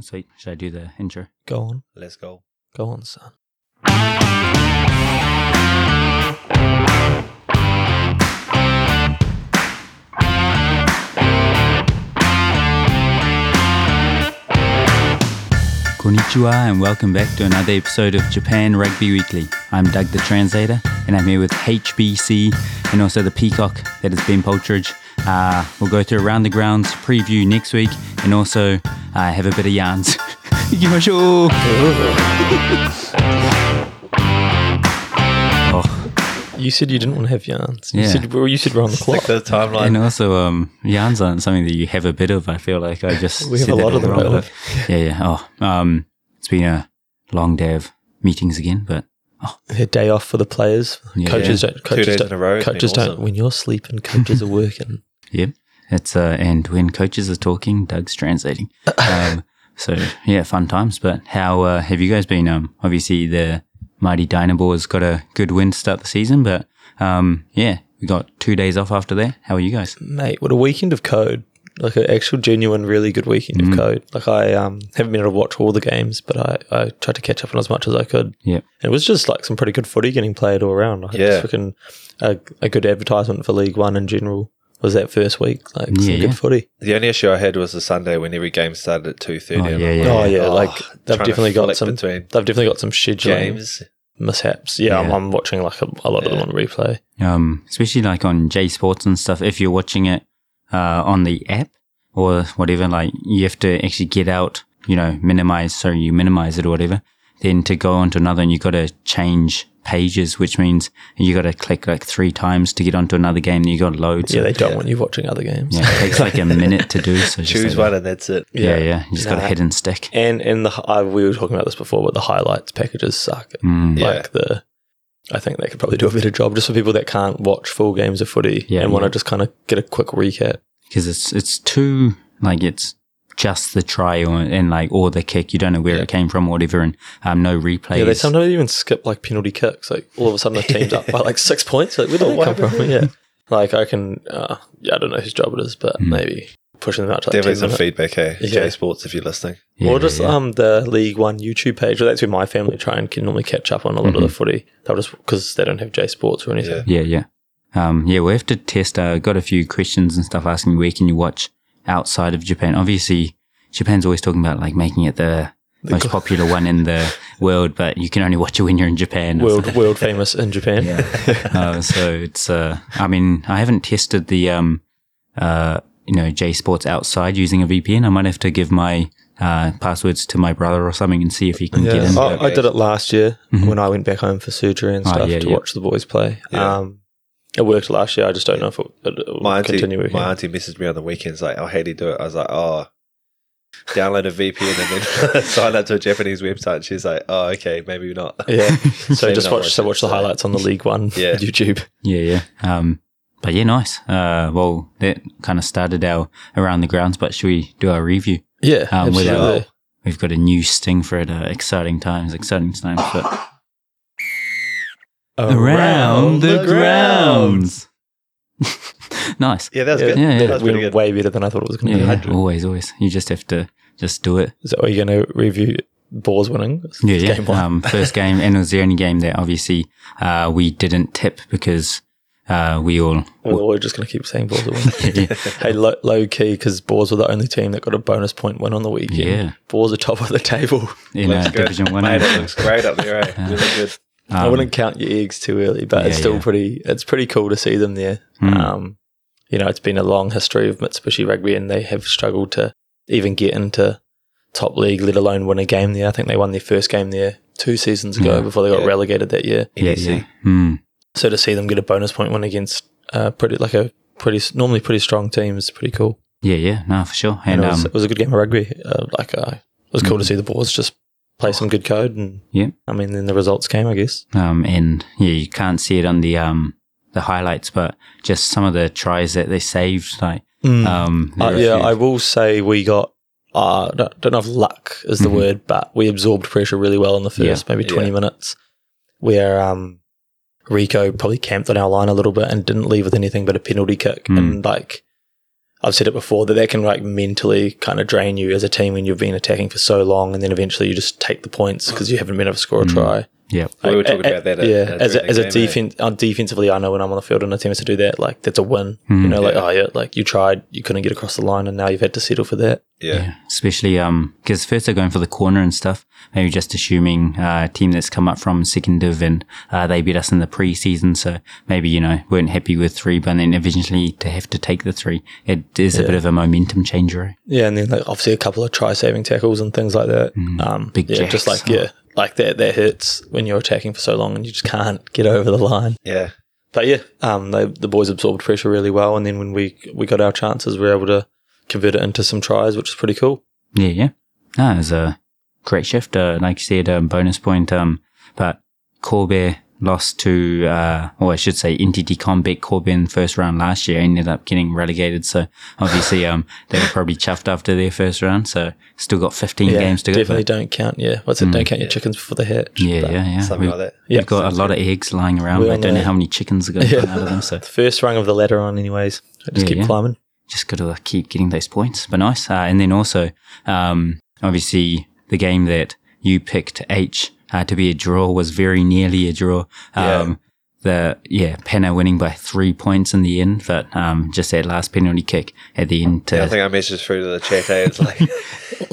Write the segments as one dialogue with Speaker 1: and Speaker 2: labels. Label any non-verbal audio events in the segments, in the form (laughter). Speaker 1: Sweet. Should I do the intro?
Speaker 2: Go on.
Speaker 3: Let's go.
Speaker 2: Go on, son.
Speaker 1: Konnichiwa and welcome back to another episode of Japan Rugby Weekly. I'm Doug the Translator and I'm here with HBC and also the Peacock, that is Ben Poltridge. Uh, we'll go through around the grounds, preview next week and also uh, have a bit of yarns. (laughs) Ikimashou! oh,
Speaker 2: You said you didn't want to have yarns. You
Speaker 1: Yeah.
Speaker 2: said well, you said we're on the
Speaker 3: Stick
Speaker 2: (laughs) clock.
Speaker 3: to the timeline.
Speaker 1: and also um, yarns aren't something that you have a bit of. I feel like I just
Speaker 2: We have
Speaker 1: said
Speaker 2: a
Speaker 1: that
Speaker 2: lot of
Speaker 1: all
Speaker 2: them,
Speaker 1: wrong,
Speaker 2: don't
Speaker 1: but- Yeah, yeah. Oh, um, it's been a long day of meetings again, but
Speaker 2: A day off for the players.
Speaker 1: Yeah.
Speaker 2: Coaches don't. Coaches
Speaker 3: days
Speaker 2: don't.
Speaker 3: in a row, it's been
Speaker 2: Coaches don't.
Speaker 3: awesome.
Speaker 2: When you're sleeping, coaches are working.
Speaker 1: Yep. It's uh, and when coaches are talking, Doug's
Speaker 2: (laughs)
Speaker 1: translating. Um, so yeah, fun times. But how uh, have you guys been? Um, obviously the mighty Dynamo has got a good win to start the season, but um, yeah, we got two days off after that. How are you guys?
Speaker 2: (laughs) Mate, what a weekend of code. Like an actual, genuine, really good weekend of code. Like I um, haven't been able to watch all the games, but I, I tried to catch up on as much as I could.
Speaker 1: Yep.
Speaker 2: It was just like some pretty good footy getting played all around. Like
Speaker 3: Yeah.
Speaker 2: it's freaking a, a good advertisement for League One in general was that first week. Like some
Speaker 1: Yeah, yeah.
Speaker 2: good footy.
Speaker 3: The only issue I had was the Sunday when every game started at two thirty.
Speaker 1: Oh, yeah, yeah.
Speaker 2: Oh yeah, like they've
Speaker 3: trying to
Speaker 2: definitely got
Speaker 3: flick
Speaker 2: some.
Speaker 3: between
Speaker 2: They've definitely got some scheduling
Speaker 3: games.
Speaker 2: mishaps. Yeah, I'm,
Speaker 1: Yeah.
Speaker 2: I'm watching like a, a lot of them on replay.
Speaker 1: Um, especially like on J Sports and stuff. If you're watching it uh, on the app or whatever, like you have to actually get out. You know, minimize. So you minimize it or whatever. Then to go onto another, and you got to change pages, which means you got to click like three times to get onto another game. Then you got to load. So
Speaker 2: Yeah, they don't want you watching other games. (laughs)
Speaker 1: yeah, it takes like a minute to do. So just
Speaker 3: Choose
Speaker 1: like-
Speaker 3: one and that's it.
Speaker 1: Yeah, yeah. You just got to
Speaker 2: Nah.
Speaker 1: hit and stick.
Speaker 2: And and the hi- I, we were talking about this before, but the highlights packages suck.
Speaker 1: Mm.
Speaker 3: Yeah.
Speaker 2: Like the, I think they could probably do a better job just for people that can't watch full games of footy
Speaker 1: Yeah,
Speaker 2: and want
Speaker 1: yeah.
Speaker 2: to just kind of get a quick recap.
Speaker 1: because it's it's too like it's just the try or, and like or the kick. You don't know where it came from or whatever, and um, no replays.
Speaker 2: Yeah, they sometimes even skip like penalty kicks. Like all of a sudden, the team's up by like six points. Like where did that come from? Yeah, like I can. Uh, yeah, I don't know whose job it is, but
Speaker 1: Mm.
Speaker 2: maybe pushing them out to like ten
Speaker 3: Definitely some
Speaker 2: minutes.
Speaker 3: feedback, hey.
Speaker 2: Yeah.
Speaker 3: J Sports if you're listening.
Speaker 1: Yeah,
Speaker 2: or just
Speaker 1: yeah.
Speaker 2: um the League One YouTube page. Well, that's where my family try and can normally catch up on a lot
Speaker 1: Mm-hmm.
Speaker 2: of the footy. They'll just because they don't have J Sports or anything.
Speaker 3: Yeah.
Speaker 1: Yeah, yeah. Um, yeah, we have to test. uh, got a few questions and stuff asking where can you watch outside of Japan. Obviously, Japan's always talking about like making it the, most
Speaker 2: gl-
Speaker 1: popular one in
Speaker 2: (laughs)
Speaker 1: the world, but you can only watch it when you're in Japan. or
Speaker 2: World world famous in Japan.
Speaker 1: (laughs)
Speaker 2: (laughs)
Speaker 1: uh, so it's uh, I mean I haven't tested the um uh you know J Sports outside using a VPN. I might have to give my uh, passwords to my brother or something and see if he can get in.
Speaker 3: Yeah.
Speaker 2: I, I did it last year when I went back home for surgery and
Speaker 1: Mm-hmm. Oh,
Speaker 2: stuff
Speaker 1: yeah,
Speaker 2: to
Speaker 1: yeah.
Speaker 2: watch the boys play.
Speaker 3: Yeah.
Speaker 2: Um, it worked last year. I just don't know if it, it, it
Speaker 3: My
Speaker 2: will
Speaker 3: auntie
Speaker 2: continue working.
Speaker 3: my auntie messaged me on the weekends like, Oh, how do you do it? I was like, Oh, download a VPN and then (laughs) sign up to a Japanese website. And she's like, Oh, okay, maybe not.
Speaker 1: (laughs)
Speaker 2: yeah. So
Speaker 3: Maybe
Speaker 2: just
Speaker 3: not
Speaker 2: watch so
Speaker 3: it,
Speaker 2: watch the
Speaker 3: so-
Speaker 2: highlights on the League One (laughs)
Speaker 3: Yeah.
Speaker 2: YouTube.
Speaker 1: Yeah, yeah. Um, but yeah, nice. Uh, well, that kind of started our around the grounds. But should we do our review?
Speaker 2: Yeah,
Speaker 1: Um, with
Speaker 2: absolutely.
Speaker 1: our- We've got a new sting for it. Uh, exciting times, exciting times.
Speaker 2: (laughs)
Speaker 1: But around the grounds. (laughs) nice.
Speaker 3: (laughs) Yeah, that was
Speaker 2: Yeah,
Speaker 3: good.
Speaker 1: yeah,
Speaker 3: Yeah,
Speaker 1: yeah.
Speaker 3: That was pretty
Speaker 2: Went
Speaker 3: good.
Speaker 2: way better than I thought it was going to
Speaker 1: Yeah,
Speaker 2: be.
Speaker 1: yeah. always, always. You just have to just do it.
Speaker 2: So are you going to review Boars winning?
Speaker 1: Yeah, yeah.
Speaker 2: Game one.
Speaker 1: Um, first game, and it was the only game that obviously uh, we didn't tip because uh, we
Speaker 2: (laughs)
Speaker 1: all.
Speaker 2: Well, we're just going to keep saying Boars
Speaker 1: (laughs)
Speaker 2: will win. hey, low, low key, because Boars were the only team that got a bonus point win on the weekend.
Speaker 1: Yeah.
Speaker 2: Boars are top of the table.
Speaker 1: In uh,
Speaker 3: Looks good.
Speaker 1: Division One,
Speaker 3: Mate, it looks great up there, eh? Really good.
Speaker 2: I wouldn't count your eggs too early, but it's
Speaker 1: Um, Yeah,
Speaker 2: still
Speaker 1: yeah.
Speaker 2: pretty. It's pretty cool to see them there.
Speaker 1: Mm.
Speaker 2: Um, you know, it's been a long history of Mitsubishi Rugby, and they have struggled to even get into top league, let alone win a game there. I think they won their first game there two seasons ago
Speaker 1: Yeah.
Speaker 2: before they got
Speaker 3: Yeah.
Speaker 2: relegated that year.
Speaker 1: yeah,
Speaker 3: NEC.
Speaker 1: yeah. Mm.
Speaker 2: So to see them get a bonus point win against uh, pretty like a pretty normally pretty strong team is pretty cool.
Speaker 1: yeah, yeah. No, for sure.
Speaker 2: and
Speaker 1: And
Speaker 2: it, was,
Speaker 1: um, Mm.
Speaker 2: it was a good game of rugby. Uh, like uh, it was cool to see the boards just play some good code, and
Speaker 1: Yeah.
Speaker 2: I mean, then the results came, I guess.
Speaker 1: um, and yeah, you can't see it on the um the highlights, but just some of the tries that they saved, like um, there
Speaker 2: Uh,
Speaker 1: were a
Speaker 2: yeah,
Speaker 1: few-
Speaker 2: I will say we got. Uh, don't, don't know if luck is the word, but we absorbed pressure really well in the first maybe
Speaker 3: Mm-hmm. Yeah.
Speaker 2: twenty minutes, where um,
Speaker 3: Hmm.
Speaker 2: Rico probably camped on our line a little bit and didn't leave with anything but a penalty kick
Speaker 1: Mm.
Speaker 2: and like I've said it before that that can like mentally kind of drain you as a team when you've been attacking for so long, and then eventually you just take the points because you haven't been able to
Speaker 3: Hmm.
Speaker 2: score a try.
Speaker 1: Yeah.
Speaker 3: We were
Speaker 2: Like,
Speaker 3: talking
Speaker 2: a-
Speaker 3: about that.
Speaker 2: a-
Speaker 3: at-
Speaker 2: yeah,
Speaker 3: at
Speaker 2: as a,
Speaker 3: during
Speaker 2: as
Speaker 3: the
Speaker 2: a
Speaker 3: game, eh?
Speaker 2: defense, uh, defensively, I know when I'm on the field and a team has to do that, like that's a win. you
Speaker 1: Mm.
Speaker 2: know, like
Speaker 3: Yeah.
Speaker 2: oh yeah, like you tried, you couldn't get across the line, and now you've had to settle for that.
Speaker 3: Yeah.
Speaker 1: Especially um because first they're going for the corner and stuff. Maybe just assuming uh, a team that's come up from second div and uh, they beat us in the preseason, so maybe you know weren't happy with three, but then eventually to have to take the three, it is a bit of a momentum changer. eh?
Speaker 2: Yeah, and then like obviously a couple of try saving tackles and things like that. um,
Speaker 1: Hmm. Big
Speaker 2: yeah,
Speaker 1: jacks.
Speaker 2: just like yeah, like that that hurts when you're attacking for so long and you just can't get over the line.
Speaker 3: Yeah.
Speaker 2: But yeah, um, they, the boys absorbed pressure really well, and then when we we got our chances, we were able to convert it into some tries, which is pretty cool.
Speaker 1: Yeah, yeah. No, it was a great shift. Uh, like you said, um, bonus point. Um, but Corbe lost to, uh, or I should say, NTT Combat Corbe in first round last year. Ended up getting relegated. So obviously, um, they were probably chuffed after their first round. So still got 15
Speaker 2: Yeah,
Speaker 1: games to go.
Speaker 2: definitely
Speaker 1: but-
Speaker 2: don't count. Yeah, what's it? Don't count your chickens before they hatch.
Speaker 1: Yeah,
Speaker 2: But
Speaker 1: yeah, yeah.
Speaker 3: Something
Speaker 1: We've,
Speaker 3: like that.
Speaker 1: we've
Speaker 2: Yeah.
Speaker 1: got a lot of eggs lying around.
Speaker 2: We're
Speaker 1: But I
Speaker 2: on
Speaker 1: don't know
Speaker 2: the-
Speaker 1: how many chickens are going to
Speaker 2: Yeah.
Speaker 1: come out of them. So
Speaker 2: The first rung of the ladder on, anyways. I just
Speaker 1: Yeah,
Speaker 2: keep
Speaker 1: yeah.
Speaker 2: climbing.
Speaker 1: just got to keep getting those points. But nice. Uh, and then also, um, obviously, the game that you picked H uh, to be a draw was very nearly a draw. Um, The yeah, Penna winning by three points in the end, but um, just that last penalty kick at the end. To,
Speaker 3: I think I messaged through to the chat. Eh? It's
Speaker 2: (laughs)
Speaker 3: like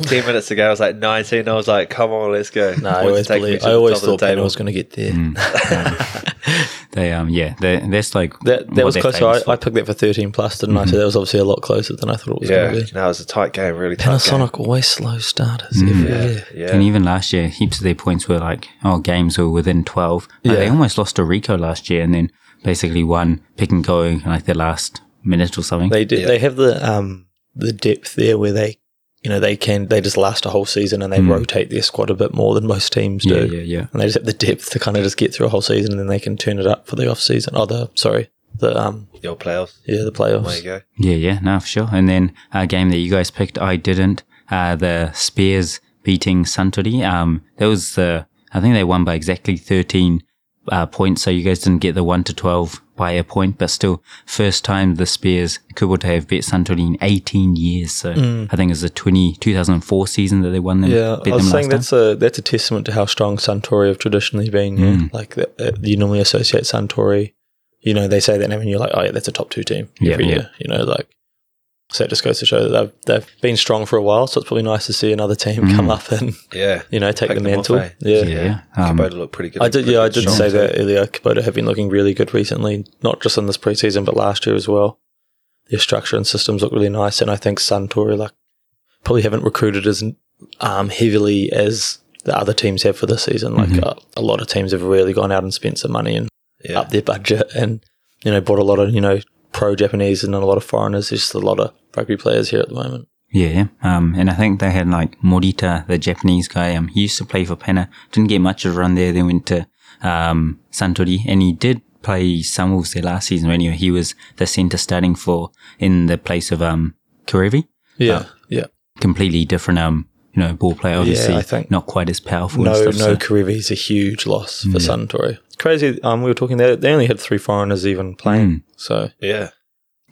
Speaker 3: ten minutes ago. I was like nineteen. I was like, "Come on, let's go."
Speaker 2: No, I
Speaker 3: Points
Speaker 2: always
Speaker 3: taken
Speaker 2: believe,
Speaker 3: to
Speaker 2: I
Speaker 3: the
Speaker 2: always
Speaker 3: top of the
Speaker 2: thought Penn
Speaker 3: table.
Speaker 2: was going to get there.
Speaker 1: Mm. they um yeah, they, that's like
Speaker 2: That that
Speaker 1: what Mm-hmm.
Speaker 2: was
Speaker 1: they're
Speaker 2: closer. I,
Speaker 1: famous for.
Speaker 2: I picked that for thirteen plus, didn't I? So that was obviously a lot closer than I thought it was
Speaker 3: Yeah,
Speaker 2: going to be.
Speaker 3: no, it was a tight game. Really tight.
Speaker 2: Panasonic always slow starters
Speaker 1: Mm.
Speaker 2: every
Speaker 3: Game.
Speaker 2: year.
Speaker 3: Yeah,
Speaker 1: And
Speaker 3: yeah.
Speaker 1: even last year, heaps of their points were like, oh, games were within 12. Like, They
Speaker 2: Yeah.
Speaker 1: almost lost to Rico last year and then basically won pick and go in, like the last minute or something.
Speaker 2: They do,
Speaker 3: Yeah.
Speaker 2: they have the um the depth there where they you know they can they just last a whole season and they rotate their squad a bit more than most teams do.
Speaker 1: Mm. yeah, yeah, yeah.
Speaker 2: And they just have the depth to kind of just get through a whole season and then they can turn it up for the off season. Oh, the sorry, the um
Speaker 3: Your playoffs.
Speaker 2: yeah the
Speaker 3: There you
Speaker 2: playoffs.
Speaker 3: go.
Speaker 1: Yeah, yeah, no, for sure. And then a game that you guys picked, I didn't. Uh, the Spears beating Suntory. Um, that was the, I think they won by exactly 13 uh, points. So you guys didn't get the 1 to 12 by a point, but still, first time the Spears Kubota have beat Suntory in 18 years. So I think it was the 20, 2004 season that they won them.
Speaker 2: Mm. Yeah,
Speaker 1: Um, beat
Speaker 2: I was
Speaker 1: them
Speaker 2: saying
Speaker 1: last time.
Speaker 2: that's a that's a testament to how strong Suntory have traditionally been. Yeah,
Speaker 1: Hmm.
Speaker 2: like that, that you normally associate Suntory. You know, they say that name, and you're like, oh yeah, that's a top two team
Speaker 1: Yeah,
Speaker 2: every
Speaker 1: yeah.
Speaker 2: year. You know, like so it just goes to show that they've they've been strong for a while. So it's probably nice to see another team come up and
Speaker 3: Yeah,
Speaker 2: you know take
Speaker 3: Pick
Speaker 2: the
Speaker 3: them off,
Speaker 2: mantle.
Speaker 3: eh?
Speaker 2: yeah.
Speaker 1: Hmm. Yeah. Um,
Speaker 3: Kubota looked pretty good.
Speaker 2: I did.
Speaker 3: Pretty
Speaker 2: Yeah, I
Speaker 3: good
Speaker 2: did
Speaker 3: shot,
Speaker 2: say
Speaker 3: too.
Speaker 2: that earlier. Kubota have been looking really good recently, not just in this preseason, but last year as well. Their structure and systems look really nice, and I think Suntory like probably haven't recruited as um, heavily as the other teams have for this season. Like uh, a lot of teams have really gone out and spent some money and
Speaker 3: Yeah.
Speaker 2: up their budget, and you know bought a lot of you know pro Japanese and a lot of foreigners. There's just a lot of rugby players here at the moment.
Speaker 1: Yeah, um, and I think they had like Morita, the Japanese guy. Um, he used to play for Penna. Didn't get much of a run there. Then went to um, Santori, and he did play some Wolves there last season. Anyway, he was the centre starting for in the place of um Karevi.
Speaker 2: Yeah, yeah.
Speaker 1: Completely different, um, you know, ball player. Obviously,
Speaker 2: I think-
Speaker 1: not quite as powerful.
Speaker 2: No,
Speaker 1: and stuff,
Speaker 2: no,
Speaker 1: so-
Speaker 2: Karevi is a huge loss for Suntory. It's crazy. Um, we were talking there. They only had three foreigners even playing.
Speaker 1: Mm.
Speaker 2: So,
Speaker 3: Yeah,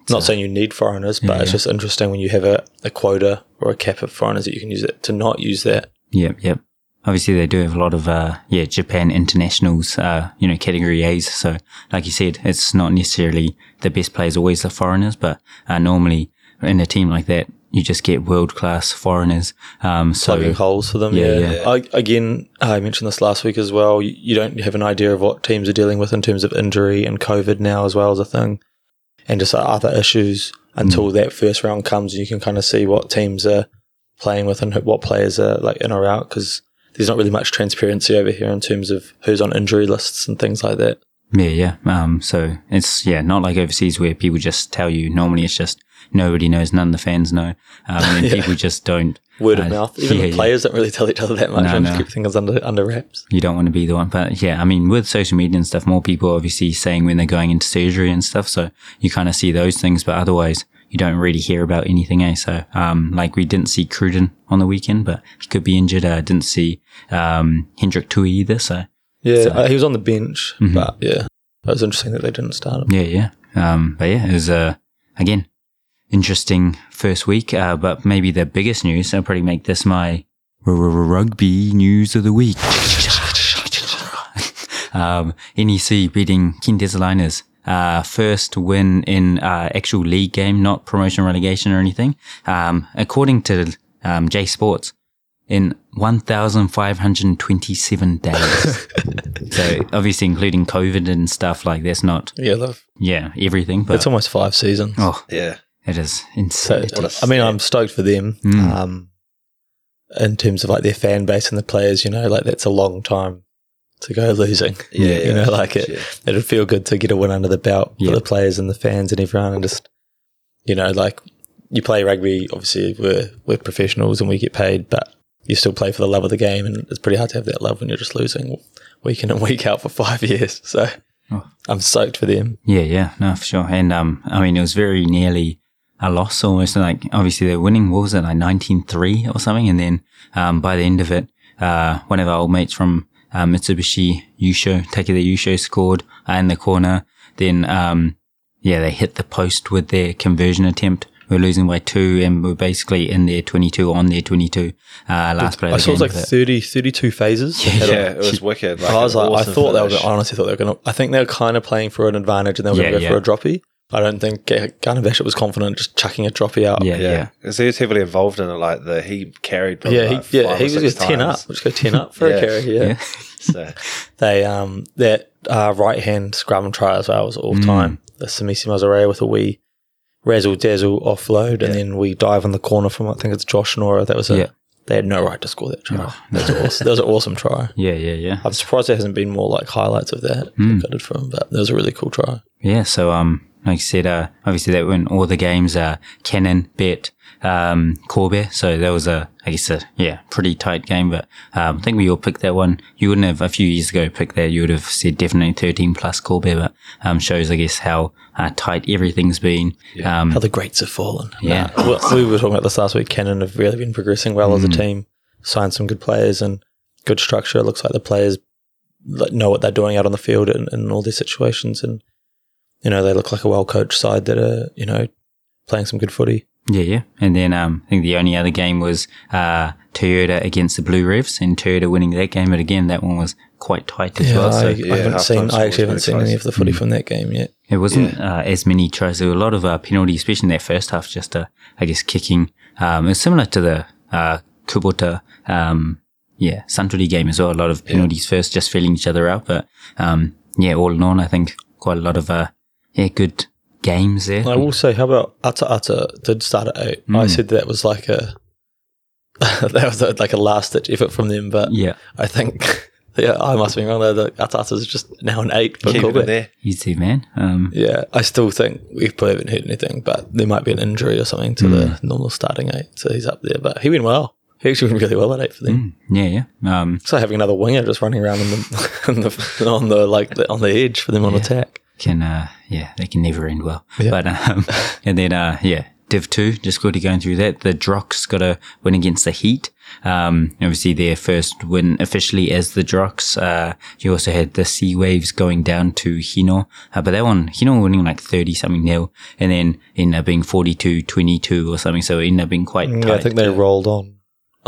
Speaker 2: not saying you need foreigners, but it's just interesting when you have a, a quota or a cap of foreigners that you can use it to not use that.
Speaker 1: Yep, yep. Obviously, they do have a lot of uh, yeah Japan internationals, uh, you know, category A's. So, like you said, it's not necessarily the best players always the foreigners, but uh, normally in a team like that, you just get world class foreigners. Um, so
Speaker 2: plugging holes for them.
Speaker 1: Yeah,
Speaker 2: Yeah.
Speaker 1: yeah.
Speaker 2: I, again, I mentioned this last week as well. You, you don't have an idea of what teams are dealing with in terms of injury and COVID now as well as a thing, and just uh, other issues until
Speaker 1: Mm.
Speaker 2: that first round comes and you can kind of see what teams are playing with and who- what players are like in or out because there's not really much transparency over here in terms of who's on injury lists and things like that.
Speaker 1: yeah, yeah. Um, so it's yeah, not like overseas where people just tell you. Normally, it's just nobody knows, none of the fans know, um,
Speaker 2: (laughs)
Speaker 1: and people just don't.
Speaker 2: Word of
Speaker 1: Uh, (laughs)
Speaker 2: mouth. Even
Speaker 1: yeah,
Speaker 2: the
Speaker 1: yeah.
Speaker 2: players don't really tell each other that much.
Speaker 1: No,
Speaker 2: I just
Speaker 1: no.
Speaker 2: keep things under under wraps.
Speaker 1: you don't want to be the one. But yeah, I mean, with social media and stuff, more people obviously saying when they're going into surgery and stuff. So you kind of see those things, but otherwise you don't really hear about anything. Eh? So, um, like we didn't see Cruden on the weekend, but he could be injured. I uh, didn't see, um, Hendrik Tui either. So
Speaker 2: Yeah, uh, he was on the bench,
Speaker 1: Mm-hmm.
Speaker 2: but yeah, it was interesting that they didn't start him.
Speaker 1: yeah, yeah. Um, but yeah, it was, uh, again, interesting first week. Uh, but maybe the biggest news, I'll probably make this my r- r- rugby news of the week. (laughs) um, NEC beating Kindes Liners. Uh, first win in uh, actual league game, not promotion relegation or anything. Um, according to um, J Sports, in 1,527 days. so obviously, including COVID and stuff like that's not
Speaker 2: Yeah, love.
Speaker 1: yeah everything, but
Speaker 2: It's almost five seasons.
Speaker 1: oh,
Speaker 3: Yeah.
Speaker 1: it is
Speaker 2: So
Speaker 1: insane.
Speaker 2: I mean, I'm stoked for them.
Speaker 1: Mm.
Speaker 2: Um, in terms of like their fan base and the players, you know, like that's a long time to go losing. (laughs)
Speaker 3: Yeah. yeah.
Speaker 2: you know, like it.
Speaker 3: Yeah.
Speaker 2: It'd feel good to get a win under the belt
Speaker 1: Yeah.
Speaker 2: for the players and the fans and everyone, and just you know, like you play rugby. Obviously, we're we're professionals and we get paid, but you still play for the love of the game, and it's pretty hard to have that love when you're just losing week in and week out for five (laughs) years. So
Speaker 1: Oh.
Speaker 2: I'm stoked for them.
Speaker 1: Yeah, yeah, no, for sure. And um, I mean, it was very nearly a loss almost. Like, obviously, they're winning. What was it, like 19 3 or something? And then um, by the end of it, uh, one of our old mates from uh, Mitsubishi Yusho, Takeda Yusho, scored uh, in the corner. Then, um, yeah, they hit the post with their conversion attempt. We We're losing by two, and we we're basically in their 22 on their 22 uh, last play. of
Speaker 2: I
Speaker 1: the
Speaker 2: saw it was
Speaker 1: game.
Speaker 2: like 30, 32 phases.
Speaker 1: (laughs)
Speaker 2: Had a-
Speaker 3: Yeah, it was wicked. Like,
Speaker 2: I was
Speaker 3: an
Speaker 2: like, I
Speaker 3: awesome
Speaker 2: thought they were.
Speaker 3: finish.
Speaker 2: Gonna, I honestly, thought they were going to. I think they were kind of playing for an advantage, and they were
Speaker 1: Yeah,
Speaker 2: going to go
Speaker 1: yeah.
Speaker 2: for a droppy. I don't think Garnabash was confident just chucking a droppy out.
Speaker 1: yeah, yeah,
Speaker 3: Yeah, because he was heavily involved in it. Like the he carried. Probably
Speaker 2: yeah,
Speaker 3: like
Speaker 2: he, yeah.
Speaker 3: five
Speaker 2: He
Speaker 3: or
Speaker 2: was
Speaker 3: six
Speaker 2: just ten up.
Speaker 3: times.
Speaker 2: Let's go ten
Speaker 3: (laughs)
Speaker 2: up for
Speaker 3: Yeah.
Speaker 2: a carry. Yeah.
Speaker 1: yeah.
Speaker 2: (laughs)
Speaker 3: So,
Speaker 2: They um that uh, right hand scrum try as well was all
Speaker 1: Mm.
Speaker 2: time. The Samisi Mazarea with a wee razzle dazzle offload, and then we dive on the corner from I think it's Josh Nora. That was a.
Speaker 1: Yeah.
Speaker 2: They had no right to score that try.
Speaker 1: No,
Speaker 2: that, was (laughs) awesome. that was an awesome try.
Speaker 1: yeah, yeah, yeah.
Speaker 2: I'm surprised there hasn't been more like highlights of that
Speaker 1: Mm.
Speaker 2: gutted from, but that was a really cool try.
Speaker 1: Yeah, so um, like I said, uh, obviously that went all the games. Uh, Cannon bet um, Corbe, so that was a I guess a yeah pretty tight game. But um, I think we all picked that one. You wouldn't have a few years ago picked that. You would have said definitely thirteen plus Corbe, but um, shows I guess how uh, tight everything's been. Yeah. Um,
Speaker 2: how the greats have fallen.
Speaker 1: Yeah.
Speaker 2: Uh, we, we were talking about this last week. Cannon have really been progressing well
Speaker 3: Mm.
Speaker 2: as a team, signed some good players and good structure. It looks like the players like, know what they're doing out on the field and, and all these situations. And, you know, they look like a well coached side that are, you know, playing some good footy.
Speaker 1: Yeah, yeah. And then um, I think the only other game was uh, Toyota against the Blue Revs, and Toyota winning that game. But again, that one was quite tight as well.
Speaker 2: I,
Speaker 1: So
Speaker 2: I
Speaker 3: yeah,
Speaker 2: haven't seen,
Speaker 3: halftime score
Speaker 2: I
Speaker 3: was
Speaker 2: actually haven't
Speaker 3: pretty
Speaker 2: seen
Speaker 3: close. Mm.
Speaker 2: any of the footy from that game yet.
Speaker 1: It wasn't uh, as many tries. There were a lot of uh, penalties, especially in that first half, just, uh, I guess, kicking. Um, it's similar to the uh, Kubota, um, yeah, Suntory game as well. A lot of penalties first, just feeling each other out. But um, yeah, all in all, I think quite a lot of uh, yeah, good games there.
Speaker 2: I will say, how about Ata Ata did start at eight? I said that was like a. (laughs) that was like a last ditch effort from them, but
Speaker 1: yeah,
Speaker 2: I think. (laughs) Yeah, I must be wrong though. The Atata's just now an eight for
Speaker 3: keep it in
Speaker 2: Corbett.
Speaker 3: there.
Speaker 1: easy man. Um,
Speaker 2: Yeah, I still think we probably haven't heard anything, but there might be an injury or something to the normal starting eight, so he's up there. But he went well. He actually went really well at eight for them.
Speaker 1: yeah, yeah. Um,
Speaker 2: So having another winger just running around on the, (laughs) on the, on the like the, on the edge for them on attack.
Speaker 1: can uh yeah they can never end well but um (laughs) and then uh yeah div 2 just quickly going through that the drox got a win against the heat um obviously their first win officially as the drox uh you also had the sea waves going down to hino uh, but that one hino winning like 30 something nil and then ended up being 42 22 or something so it ended up being quite tight.
Speaker 2: Yeah, I think they rolled on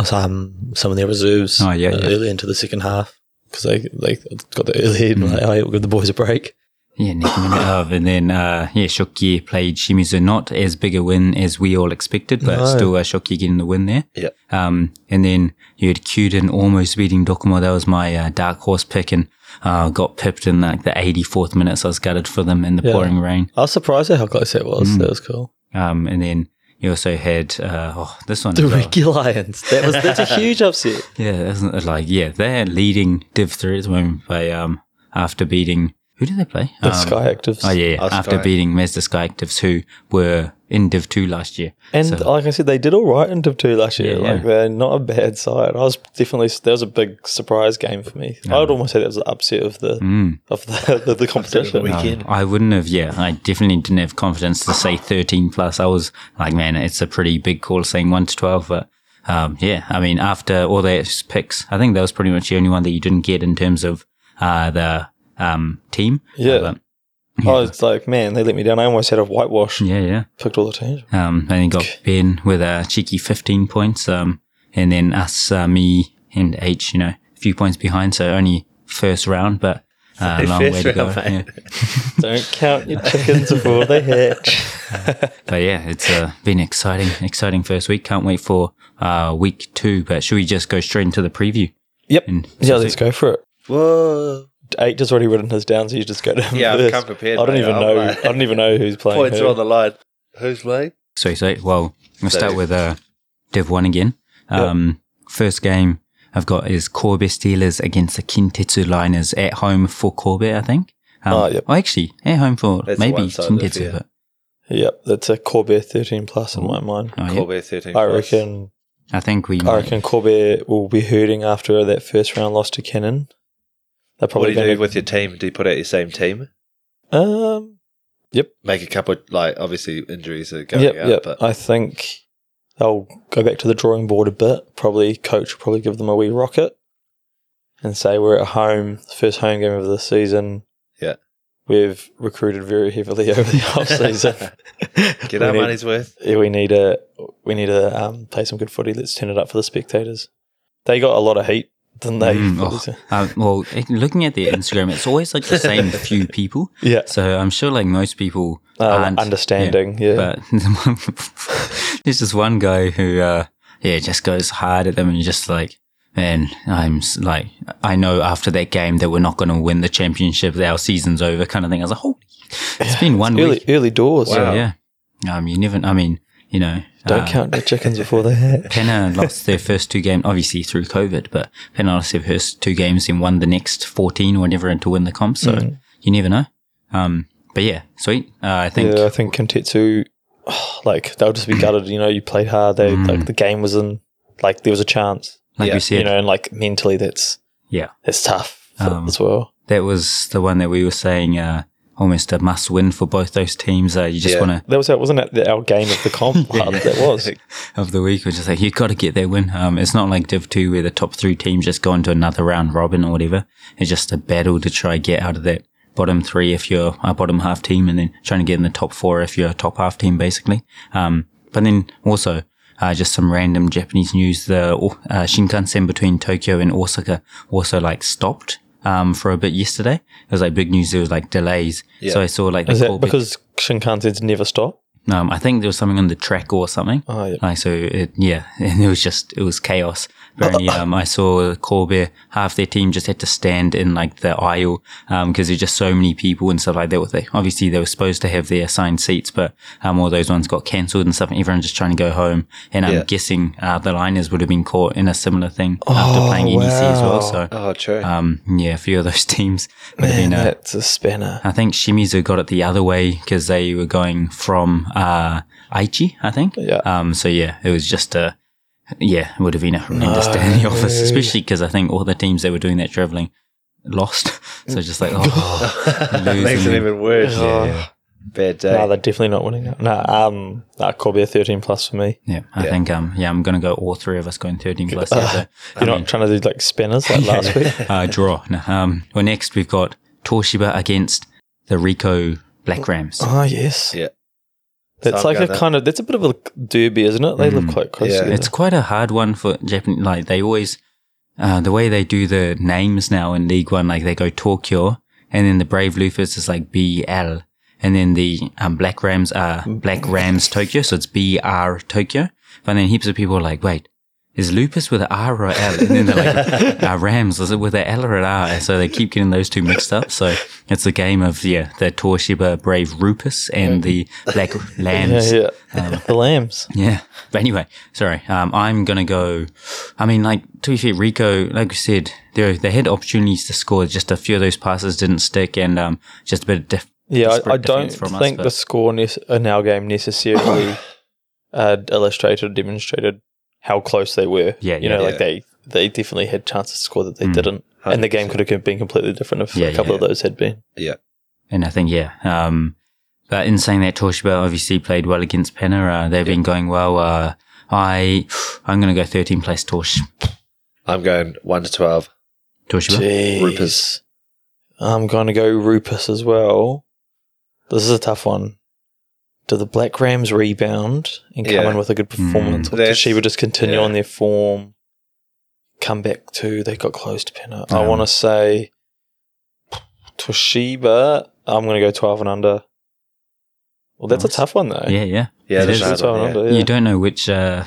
Speaker 2: some some of their reserves
Speaker 1: Oh, yeah,
Speaker 2: uh,
Speaker 1: yeah.
Speaker 2: early into the second half because they they got the early
Speaker 1: Mm.
Speaker 2: head. and Like, oh, yeah, we'll give the boys a break.
Speaker 1: Yeah, next minute of. And then, uh, yeah, Shoki played Shimizu. Not as big a win as we all expected, but
Speaker 2: No.
Speaker 1: still uh, Shoki getting the win there.
Speaker 3: Yeah.
Speaker 1: Um, and then you had Kyuden almost beating Docomo. That was my uh, dark horse pick and uh, got pipped in like the 84th minute. So I was gutted for them in the
Speaker 2: Yeah.
Speaker 1: pouring rain.
Speaker 2: I was surprised at how close that was.
Speaker 1: Mm.
Speaker 2: That was cool.
Speaker 1: Um, and then you also had, uh, oh, this one.
Speaker 2: The
Speaker 1: as well.
Speaker 2: (laughs) Ricky Lions. That was that's a huge upset.
Speaker 1: Yeah, isn't it like, yeah, they're leading Div 3 at the moment by, um, after beating, who did they play?
Speaker 2: The
Speaker 1: (laughs) Um,
Speaker 2: Sky Actives.
Speaker 1: Oh yeah,
Speaker 3: Us
Speaker 1: after
Speaker 3: guy.
Speaker 1: beating Mazda Sky Actives, who were in Div Two last year.
Speaker 2: And
Speaker 1: So-
Speaker 2: like I said, they did all right in Div Two last year.
Speaker 1: Yeah, yeah.
Speaker 2: Like they're not a bad side. I was definitely that was a big surprise game for me. I would almost say that was the upset of the
Speaker 1: Mm.
Speaker 2: of the (laughs) the, the competition.
Speaker 1: Um, I wouldn't have. Yeah, I definitely didn't have confidence to say thirteen plus. I was like, man, it's a pretty big call saying one to twelve. But um, yeah, I mean, after all those picks, I think that was pretty much the only one that you didn't get in terms of uh, the um, team.
Speaker 2: Yeah.
Speaker 1: but
Speaker 2: Oh, it's like, man, they let me down. I almost had a whitewash.
Speaker 1: Yeah, yeah.
Speaker 2: Picked all the teams.
Speaker 1: Um, and then got Ben with a cheeky 15 points. Um, and then us, uh, me and H, you know, a few points behind. So only first round, but uh, a long way
Speaker 3: First
Speaker 1: to go.
Speaker 3: round,
Speaker 1: Yeah.
Speaker 3: mate.
Speaker 2: Don't count your chickens before they hatch.
Speaker 1: But yeah, it's uh, been exciting, exciting first week. Can't wait for uh, week two. But should we just go straight into the preview?
Speaker 2: (laughs) Yep.
Speaker 1: And
Speaker 2: Yeah, let's go for it.
Speaker 3: Whoa.
Speaker 2: Eight has already written his down, so you just go to him
Speaker 3: Yeah, I've
Speaker 2: first.
Speaker 3: come prepared.
Speaker 2: I don't
Speaker 3: mate.
Speaker 2: even
Speaker 3: I'm
Speaker 2: know.
Speaker 3: like-
Speaker 2: I don't even know
Speaker 3: (laughs)
Speaker 2: who's playing.
Speaker 3: points
Speaker 2: who.
Speaker 3: are on the line. Who's playing?
Speaker 1: So, so well, we'll
Speaker 3: So-
Speaker 1: start with uh, Div 1 again. Um, First game I've got is Kobe Steelers against the Kintetsu Liners at home for Kobe, I think. Um,
Speaker 2: Oh, yep.
Speaker 1: well, actually, at home for
Speaker 3: Ah, That's
Speaker 1: maybe
Speaker 3: one-sided,
Speaker 1: Kintetsu,
Speaker 3: yeah.
Speaker 1: but
Speaker 2: Yep, that's a Corbett thirteen plus in my mind.
Speaker 1: oh, yeah.
Speaker 3: Corbett 13.
Speaker 2: I
Speaker 3: plus.
Speaker 2: reckon.
Speaker 1: I think we
Speaker 2: I
Speaker 1: might-
Speaker 2: reckon Corbett will be hurting after that first round loss to Cannon. They're
Speaker 3: What do
Speaker 2: probably
Speaker 3: you do
Speaker 2: going
Speaker 3: with your team? Do you put out your same team?
Speaker 2: to. Um.
Speaker 3: Make a couple, like, obviously injuries are going
Speaker 2: Yep.
Speaker 3: out,
Speaker 2: Yep.
Speaker 3: (laughs) but
Speaker 2: I think they'll go back to the drawing board a bit. Probably coach will probably give them a wee rocket, and say we're at home, first home game of the season.
Speaker 3: Yeah.
Speaker 2: We've recruited very heavily (laughs) over the off season.
Speaker 3: (laughs) get our money's worth.
Speaker 2: Yeah, we need a we need to um, play some good footy. Let's turn it up for the spectators. They got a lot of heat, didn't they?
Speaker 1: Mm,
Speaker 2: for
Speaker 1: oh.
Speaker 2: this-
Speaker 1: Uh, well, it- looking at their Instagram, it's always like the same few people.
Speaker 2: Yeah,
Speaker 1: So I'm sure like most people
Speaker 2: uh,
Speaker 1: aren't,
Speaker 2: understanding. Yeah,
Speaker 1: but (laughs) there's this one guy who, uh, yeah, just goes hard at them and you're just like, man, I'm s- like, I know after that game that we're not going to win the championship. Our season's over, kind of thing. I was like, holy, it's been one
Speaker 2: early
Speaker 1: week.
Speaker 2: early doors.
Speaker 3: Wow.
Speaker 1: So, yeah, um, you never. I mean, you know,
Speaker 2: Don't
Speaker 1: uh,
Speaker 2: count the chickens before they hatch.
Speaker 1: Penna lost their first two games, obviously through COVID, but Penna lost their first two games and won the next 14 or whatever to win the comp. So you never know. Um, but yeah, sweet. Uh, I think,
Speaker 2: Yeah, I think Kintetsu, (sighs) like
Speaker 1: (clears throat)
Speaker 2: they'll just be gutted. You know, you played hard. They
Speaker 1: Mm.
Speaker 2: like the game was in. Like there was a chance.
Speaker 1: like
Speaker 3: yeah,
Speaker 1: we said,
Speaker 2: You know, and like mentally, that's
Speaker 1: Yeah.
Speaker 2: that's tough for them
Speaker 1: Um,
Speaker 2: as well.
Speaker 1: that was the one that we were saying, uh, almost a must win for both those teams. Uh, you just
Speaker 3: Yeah.
Speaker 1: want to,
Speaker 2: That was wasn't that the- our game of
Speaker 1: (laughs)
Speaker 2: the comp?
Speaker 1: Yeah.
Speaker 2: That was.
Speaker 1: of the week, which is like, you got to get that win. Um, it's not like Div 2 where the top three teams just go into another round robin or whatever. It's just a battle to try get out of that bottom three if you're a bottom half team and then trying to get in the top four if you're a top half team, basically. Um, but then also, uh, just some random Japanese news. The uh, Shinkansen between Tokyo and Osaka also like stopped. Um, for a bit yesterday, it was like big news. There was like delays,
Speaker 3: Yeah.
Speaker 1: so I saw like the
Speaker 2: Is
Speaker 1: call
Speaker 2: that
Speaker 1: back-
Speaker 2: because Shinkansen's never stop?
Speaker 1: um, I think there was something on the track or something.
Speaker 2: Oh, yeah.
Speaker 1: Like so, it, yeah, (laughs) and it was just it was chaos. Apparently, um, I saw Corby half their team just had to stand in like the aisle because there's just so many people and stuff like that. With they obviously they were supposed to have their assigned seats, but um, all those ones got cancelled and stuff. And everyone just trying to go home. And I'm
Speaker 3: Yeah.
Speaker 1: guessing uh, the liners would have been caught in a similar thing after
Speaker 2: Oh,
Speaker 1: playing NEC as well.
Speaker 2: wow.
Speaker 1: So,
Speaker 3: Oh, true. (laughs)
Speaker 1: um, yeah, a few of those (laughs) teams would have
Speaker 2: Man,
Speaker 1: been uh,
Speaker 2: that's a spanner.
Speaker 1: I think Shimizu got it the other way because they were going from uh, Aichi, I think.
Speaker 2: Yeah.
Speaker 1: Um. So yeah, it was just a yeah. It would have been a horrendous day in the office,
Speaker 2: No.
Speaker 1: especially because I think all the teams that were doing that traveling lost. (laughs) so just like oh,
Speaker 3: Makes it
Speaker 1: losing.
Speaker 3: even worse.
Speaker 2: Oh.
Speaker 3: Bad
Speaker 1: Um,
Speaker 3: day.
Speaker 2: No, they're definitely not winning that. No, um, nah, Corbett 13 plus for me.
Speaker 1: yeah. I
Speaker 3: Yeah.
Speaker 1: think um yeah I'm gonna go all three of us going thirteen plus.
Speaker 2: Uh,
Speaker 1: yeah, so, I
Speaker 2: You're
Speaker 1: mean-
Speaker 2: not trying to do like spinners
Speaker 1: (laughs)
Speaker 2: like last week.
Speaker 1: uh, draw. No, um. Well, next we've got Toshiba against the Rico Black Rams.
Speaker 2: Ah, yes.
Speaker 3: Yeah.
Speaker 2: That's
Speaker 3: So I've
Speaker 2: like a
Speaker 3: got that.
Speaker 2: kind of, that's a bit of a derby, isn't it? They live
Speaker 1: Mm.
Speaker 2: quite close
Speaker 3: Yeah.
Speaker 2: together.
Speaker 1: It's quite a hard one for Japan. Like they always, uh, the way they do the names now in League One, like they go Tokyo, and then the Brave Lupus is like BL, and then the um, Black Rams are Black Rams Tokyo, so it's BR Tokyo. But then heaps of people are like, wait. Is lupus with an R or a L? And then they're like, uh, Rams, is it with an L or an R? And so they keep getting those two mixed up. So it's a game of, yeah, the Toshiba Brave Rupus and the Black Lambs. (laughs)
Speaker 2: yeah, yeah.
Speaker 1: Um,
Speaker 2: the Lambs.
Speaker 1: Yeah. But anyway, sorry. Um, I'm going to go. I mean, like, to be fair, Rico, like you said, they, they had opportunities to score. Just a few of those passes didn't stick and, um, just a bit of diff-
Speaker 2: Yeah, I, I
Speaker 1: disparate
Speaker 2: don't
Speaker 1: defense from us,
Speaker 2: think
Speaker 1: but-
Speaker 2: the score ne- in our
Speaker 1: (coughs)
Speaker 2: game necessarily uh, illustrated, demonstrated how close they were.
Speaker 1: Yeah,
Speaker 2: You
Speaker 1: yeah.
Speaker 2: know, like
Speaker 3: Yeah.
Speaker 2: they, they definitely had chances to score that they
Speaker 1: Mm.
Speaker 2: didn't. And the game could have been completely different if
Speaker 1: Yeah,
Speaker 2: a couple
Speaker 1: yeah.
Speaker 2: of those had been.
Speaker 1: And I think, yeah. Um, but in saying that, Toshiba obviously played well against Penner. Uh, they've been going well. Uh, I, I'm going to go 13 place Tosh,
Speaker 3: I'm going 1 to 12.
Speaker 1: Toshiba.
Speaker 2: Jeez.
Speaker 3: Rupus.
Speaker 2: I'm going to go Rupus as well. This is a tough one. Do the Black Rams rebound and come
Speaker 3: Yeah.
Speaker 2: in with a good performance,
Speaker 1: Mm.
Speaker 2: or does
Speaker 3: That's-
Speaker 2: Sheba just continue
Speaker 3: yeah.
Speaker 2: on their form? Come back to they got close to Pennant. I
Speaker 1: Um,
Speaker 2: want to say Toshiba. I'm going to go 12 and under. Well, that's
Speaker 1: Nice.
Speaker 2: a tough one though.
Speaker 1: Yeah, yeah.
Speaker 3: Yeah,
Speaker 1: It
Speaker 3: that's
Speaker 1: is.
Speaker 3: another
Speaker 2: That's what I
Speaker 3: one, yeah.
Speaker 2: wonder, yeah.
Speaker 1: You don't know which uh,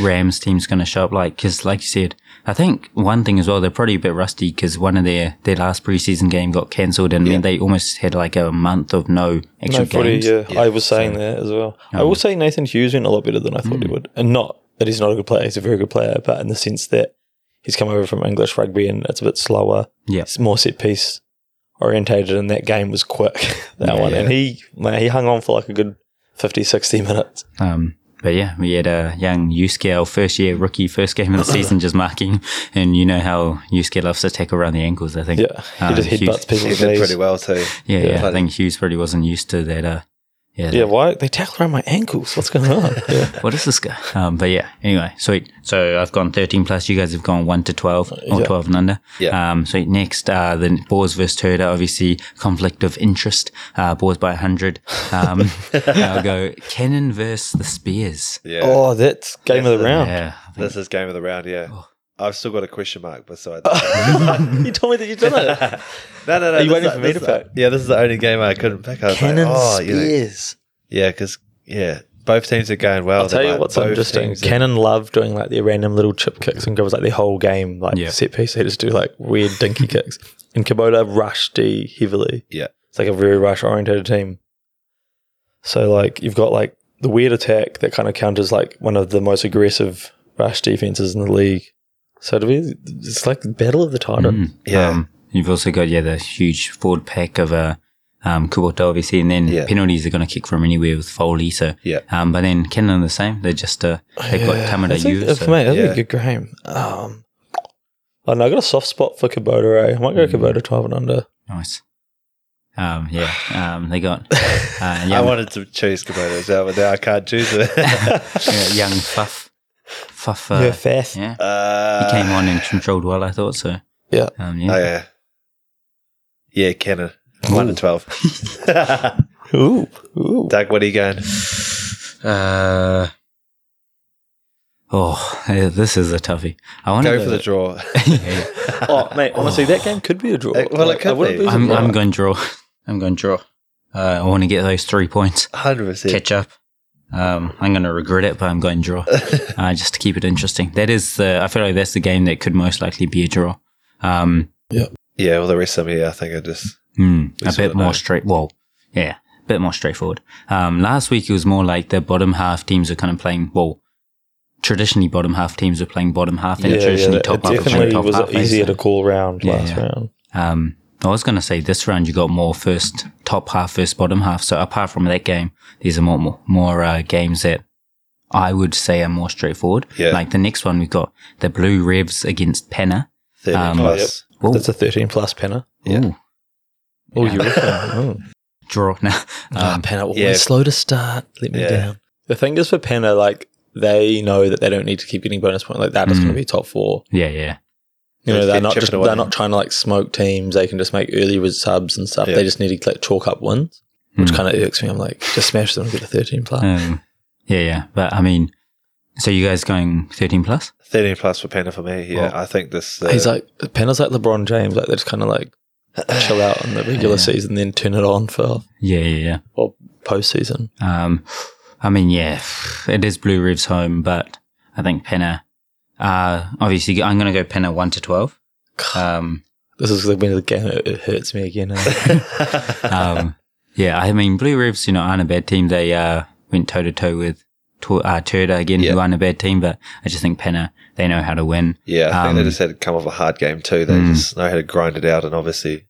Speaker 1: Rams team's going to show up like because, like you said, I think one thing as well they're probably a bit rusty because one of their their last preseason game got cancelled and meant they almost had like a month of no actual
Speaker 2: No footy,
Speaker 1: games.
Speaker 2: yeah.
Speaker 3: Yeah,
Speaker 2: I was saying that as well. I
Speaker 1: Um,
Speaker 2: will say Nathan Hughes went a lot better than I thought he would. And not that he's not a good player, he's a very good player, but in the sense that he's come over from English rugby and it's a bit slower.
Speaker 1: Yeah.
Speaker 2: It's more set piece orientated and that game was quick, (laughs) that
Speaker 1: Yeah,
Speaker 2: one. And he man, he hung on for like a good 50, 60 minutes.
Speaker 1: Um, but yeah, we had a young Yusuke, our first year rookie, first game
Speaker 2: (laughs)
Speaker 1: of the season, just marking. And you know how Yusuke loves to tackle around the ankles, I think.
Speaker 2: Yeah. He
Speaker 1: Uh,
Speaker 2: just
Speaker 1: Hughes-
Speaker 2: headbutts
Speaker 3: He
Speaker 2: people's
Speaker 3: did
Speaker 2: knees.
Speaker 3: pretty well too.
Speaker 1: Yeah, yeah. I
Speaker 3: Like,
Speaker 1: think Hughes probably wasn't used to that. Uh, yeah.
Speaker 2: yeah, why they tackle around my ankles? What's going on? yeah.
Speaker 1: What is this guy? Um, but yeah, anyway, sweet. So I've gone 13 plus. You guys have gone 1 to 12 or
Speaker 2: Yeah.
Speaker 1: 12 and under.
Speaker 3: Yeah.
Speaker 1: Um, sweet. Next, uh, the Boers versus Turda, obviously conflict of interest. Uh, Boers by 100.
Speaker 3: (laughs)
Speaker 1: Um, I'll go Cannon versus the Spears.
Speaker 3: yeah.
Speaker 2: Oh, that's game of the round.
Speaker 1: Yeah. I think-
Speaker 3: This is game of the round, yeah.
Speaker 1: Oh.
Speaker 3: I've still got a question
Speaker 2: (laughs)
Speaker 3: mark beside
Speaker 2: (laughs) you told me that you've done
Speaker 3: (laughs)
Speaker 2: it.
Speaker 3: no, no, no.
Speaker 2: Are you
Speaker 3: this
Speaker 2: waiting
Speaker 3: is-
Speaker 2: for me
Speaker 3: this
Speaker 2: to
Speaker 3: is- Yeah, this is the only game I couldn't pick. I was
Speaker 2: Cannon
Speaker 3: like, oh, you know,
Speaker 2: Spears.
Speaker 3: yeah, because yeah, both teams are going well.
Speaker 2: I'll tell you what's interesting. Cannon love doing like the random little chip kicks and goes like the whole game, like
Speaker 1: Yeah.
Speaker 2: set piece. They just do like weird
Speaker 1: (laughs)
Speaker 2: dinky kicks. And Kubota rushed D heavily.
Speaker 3: Yeah.
Speaker 2: It's like a very rush oriented team. So like you've got like the weird attack that kind of counters like one of the most aggressive rush defenses in the league. So it'll be it's like the battle of the title.
Speaker 1: Mm.
Speaker 3: Yeah.
Speaker 1: Um, you've also got, yeah, the huge forward pack of uh, um, Kubota, obviously, and then
Speaker 3: Yeah.
Speaker 1: penalties are going to kick from anywhere with Foley. So,
Speaker 3: Yeah.
Speaker 1: um, but then Cannon are the same. They're just, uh, they've got Tamada
Speaker 2: that's a-
Speaker 1: U.
Speaker 2: that's-
Speaker 1: So,
Speaker 2: mate, that'd
Speaker 3: yeah.
Speaker 2: be a good game. Um, I know I got a soft spot for Kubota. Eh? I might go
Speaker 1: Mm.
Speaker 2: Kubota twelve and under.
Speaker 1: nice. Um, yeah. Um, they
Speaker 3: (laughs)
Speaker 1: got uh,
Speaker 3: I
Speaker 1: young,
Speaker 3: wanted to choose Kubota as well, but now I can't
Speaker 1: (laughs)
Speaker 3: choose it. (laughs)
Speaker 1: uh, young Fuff. Fuff.
Speaker 2: yeah,
Speaker 1: Uh,
Speaker 2: fast.
Speaker 1: yeah. He
Speaker 3: uh,
Speaker 1: came on and controlled well, I thought. So,
Speaker 2: Yeah.
Speaker 1: Um, yeah.
Speaker 3: Oh yeah, yeah, Cannon. One
Speaker 1: (laughs)
Speaker 3: and twelve.
Speaker 2: Ooh, ooh.
Speaker 3: Doug, what are you going?
Speaker 1: Uh, oh, (laughs) yeah, this is a toughie. I want to
Speaker 3: Go for
Speaker 1: (laughs)
Speaker 3: the draw.
Speaker 1: yeah.
Speaker 2: (laughs)
Speaker 3: (laughs)
Speaker 2: oh, mate, honestly, that game could be a draw.
Speaker 3: It- well, it could
Speaker 2: wouldn't
Speaker 3: be.
Speaker 2: surprised.
Speaker 1: I'm, I'm going draw. (laughs) I'm going draw. Uh, I want to get those three points.
Speaker 3: Hundred percent.
Speaker 1: Catch up. Um, I'm going to regret it, but I'm going
Speaker 3: (laughs)
Speaker 1: draw uh, just to keep it interesting. That is the. I feel like that's the game that could most likely be a draw. Um,
Speaker 3: Yeah, well, the rest of me, I think I just
Speaker 1: hmm,
Speaker 3: We
Speaker 1: a
Speaker 3: sort
Speaker 1: bit
Speaker 3: of
Speaker 1: more
Speaker 3: know.
Speaker 1: straight. Well, yeah, a bit more straightforward. Um, last week it was more like the bottom half teams are kind of playing. Well, traditionally bottom half teams are playing bottom half, and traditionally
Speaker 2: that-
Speaker 1: top half
Speaker 2: it
Speaker 1: are playing
Speaker 2: definitely
Speaker 1: top
Speaker 2: was
Speaker 1: half.
Speaker 2: easier
Speaker 1: so-
Speaker 2: to call round
Speaker 1: Yeah,
Speaker 2: last
Speaker 1: yeah.
Speaker 2: round.
Speaker 1: Um, I was going to say this round you got more first top half, first bottom half. So apart from that game, these are more more, more uh, games that I would say are more straightforward.
Speaker 3: Yeah.
Speaker 1: Like the next one we've got the Blue Revs against Penner.
Speaker 3: thirty
Speaker 1: Um,
Speaker 3: plus.
Speaker 1: Ooh,
Speaker 2: That's a 13 plus penner.
Speaker 3: yeah.
Speaker 1: ooh,
Speaker 2: Oh,
Speaker 1: Yeah.
Speaker 2: you (laughs) reckon? Oh.
Speaker 1: draw (laughs) now.
Speaker 2: Ah, (laughs)
Speaker 1: Um,
Speaker 2: penner always
Speaker 3: yeah.
Speaker 2: slow to start. Let me
Speaker 3: Yeah.
Speaker 2: down. The thing is for penner, like they know that they don't need to keep getting bonus point. Like that is
Speaker 1: Mm.
Speaker 2: going to be top four.
Speaker 1: yeah, yeah,
Speaker 2: You know,
Speaker 3: Just
Speaker 2: they're
Speaker 3: keep
Speaker 2: not
Speaker 3: chipping
Speaker 2: just,
Speaker 3: away.
Speaker 2: they're not trying to like smoke teams. They can just make early with subs and stuff.
Speaker 3: Yeah.
Speaker 2: They just need to like chalk up wins, which
Speaker 1: Mm.
Speaker 2: kind of irks me. I'm like, just smash them and get a 13 plus.
Speaker 1: um, yeah, yeah. But I mean, so you guys going thirteen plus?
Speaker 3: Thirteen plus for Panda for me. Yeah,
Speaker 1: Well,
Speaker 3: I think this. Uh,
Speaker 2: He's like Penner's like LeBron James, like they just kind of like chill out on the regular season, then turn it on for
Speaker 1: Yeah, yeah, yeah.
Speaker 2: well postseason.
Speaker 1: Um, I mean, yeah, it is Blue Revs home, but I think Penner. Uh, obviously, I'm going to go Penner one to twelve. Um,
Speaker 2: This is the win of the game. It, it hurts me again. eh?
Speaker 1: um, yeah, I mean, Blue Revs, you know, aren't a bad team. They uh, went toe to toe with Tor- uh, Turda again,
Speaker 3: Yeah.
Speaker 1: who aren't a bad team, but I just think Penner, they know how to win.
Speaker 3: yeah, I think
Speaker 1: um,
Speaker 3: they just had to come off a hard game too. They
Speaker 2: Hmm.
Speaker 1: Mm.
Speaker 3: just know how to grind it out, and obviously,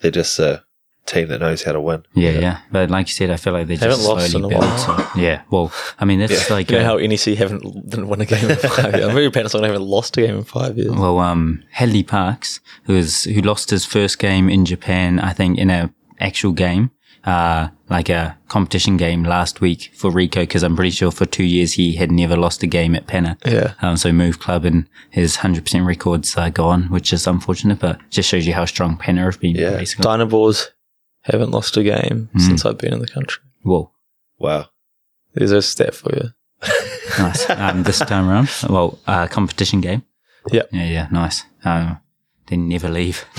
Speaker 3: they're just a team that knows how to win.
Speaker 1: Yeah, yeah. But like you said, I feel like they
Speaker 2: Haven't
Speaker 1: just
Speaker 2: lost
Speaker 1: slowly
Speaker 2: in a
Speaker 1: build. So,
Speaker 2: while.
Speaker 1: yeah, well, I mean, that's
Speaker 3: Yeah.
Speaker 1: like.
Speaker 2: you know
Speaker 1: a-
Speaker 2: how NEC haven't didn't win a game in five years. I'm very Panasonic haven't lost a game in five years.
Speaker 1: Well, um, Hadley Parks, who is who lost his first game in Japan, I think in a actual game, uh, like a competition game last week for Rico, because I'm pretty sure for two years he had never lost a game at Penna.
Speaker 2: Yeah,
Speaker 1: Um, so moved club and his 100% records are gone, which is unfortunate, but just shows you how strong Penna have been.
Speaker 3: Yeah.
Speaker 1: basically.
Speaker 2: Dynaballs Haven't lost a game
Speaker 1: Mm.
Speaker 2: since I've been in the country.
Speaker 1: Whoa.
Speaker 3: Wow.
Speaker 2: There's a stat for you.
Speaker 1: Nice. Um, this time around, well, uh, competition game.
Speaker 2: Yep.
Speaker 1: Yeah, yeah, nice. Um, they never leave. (laughs)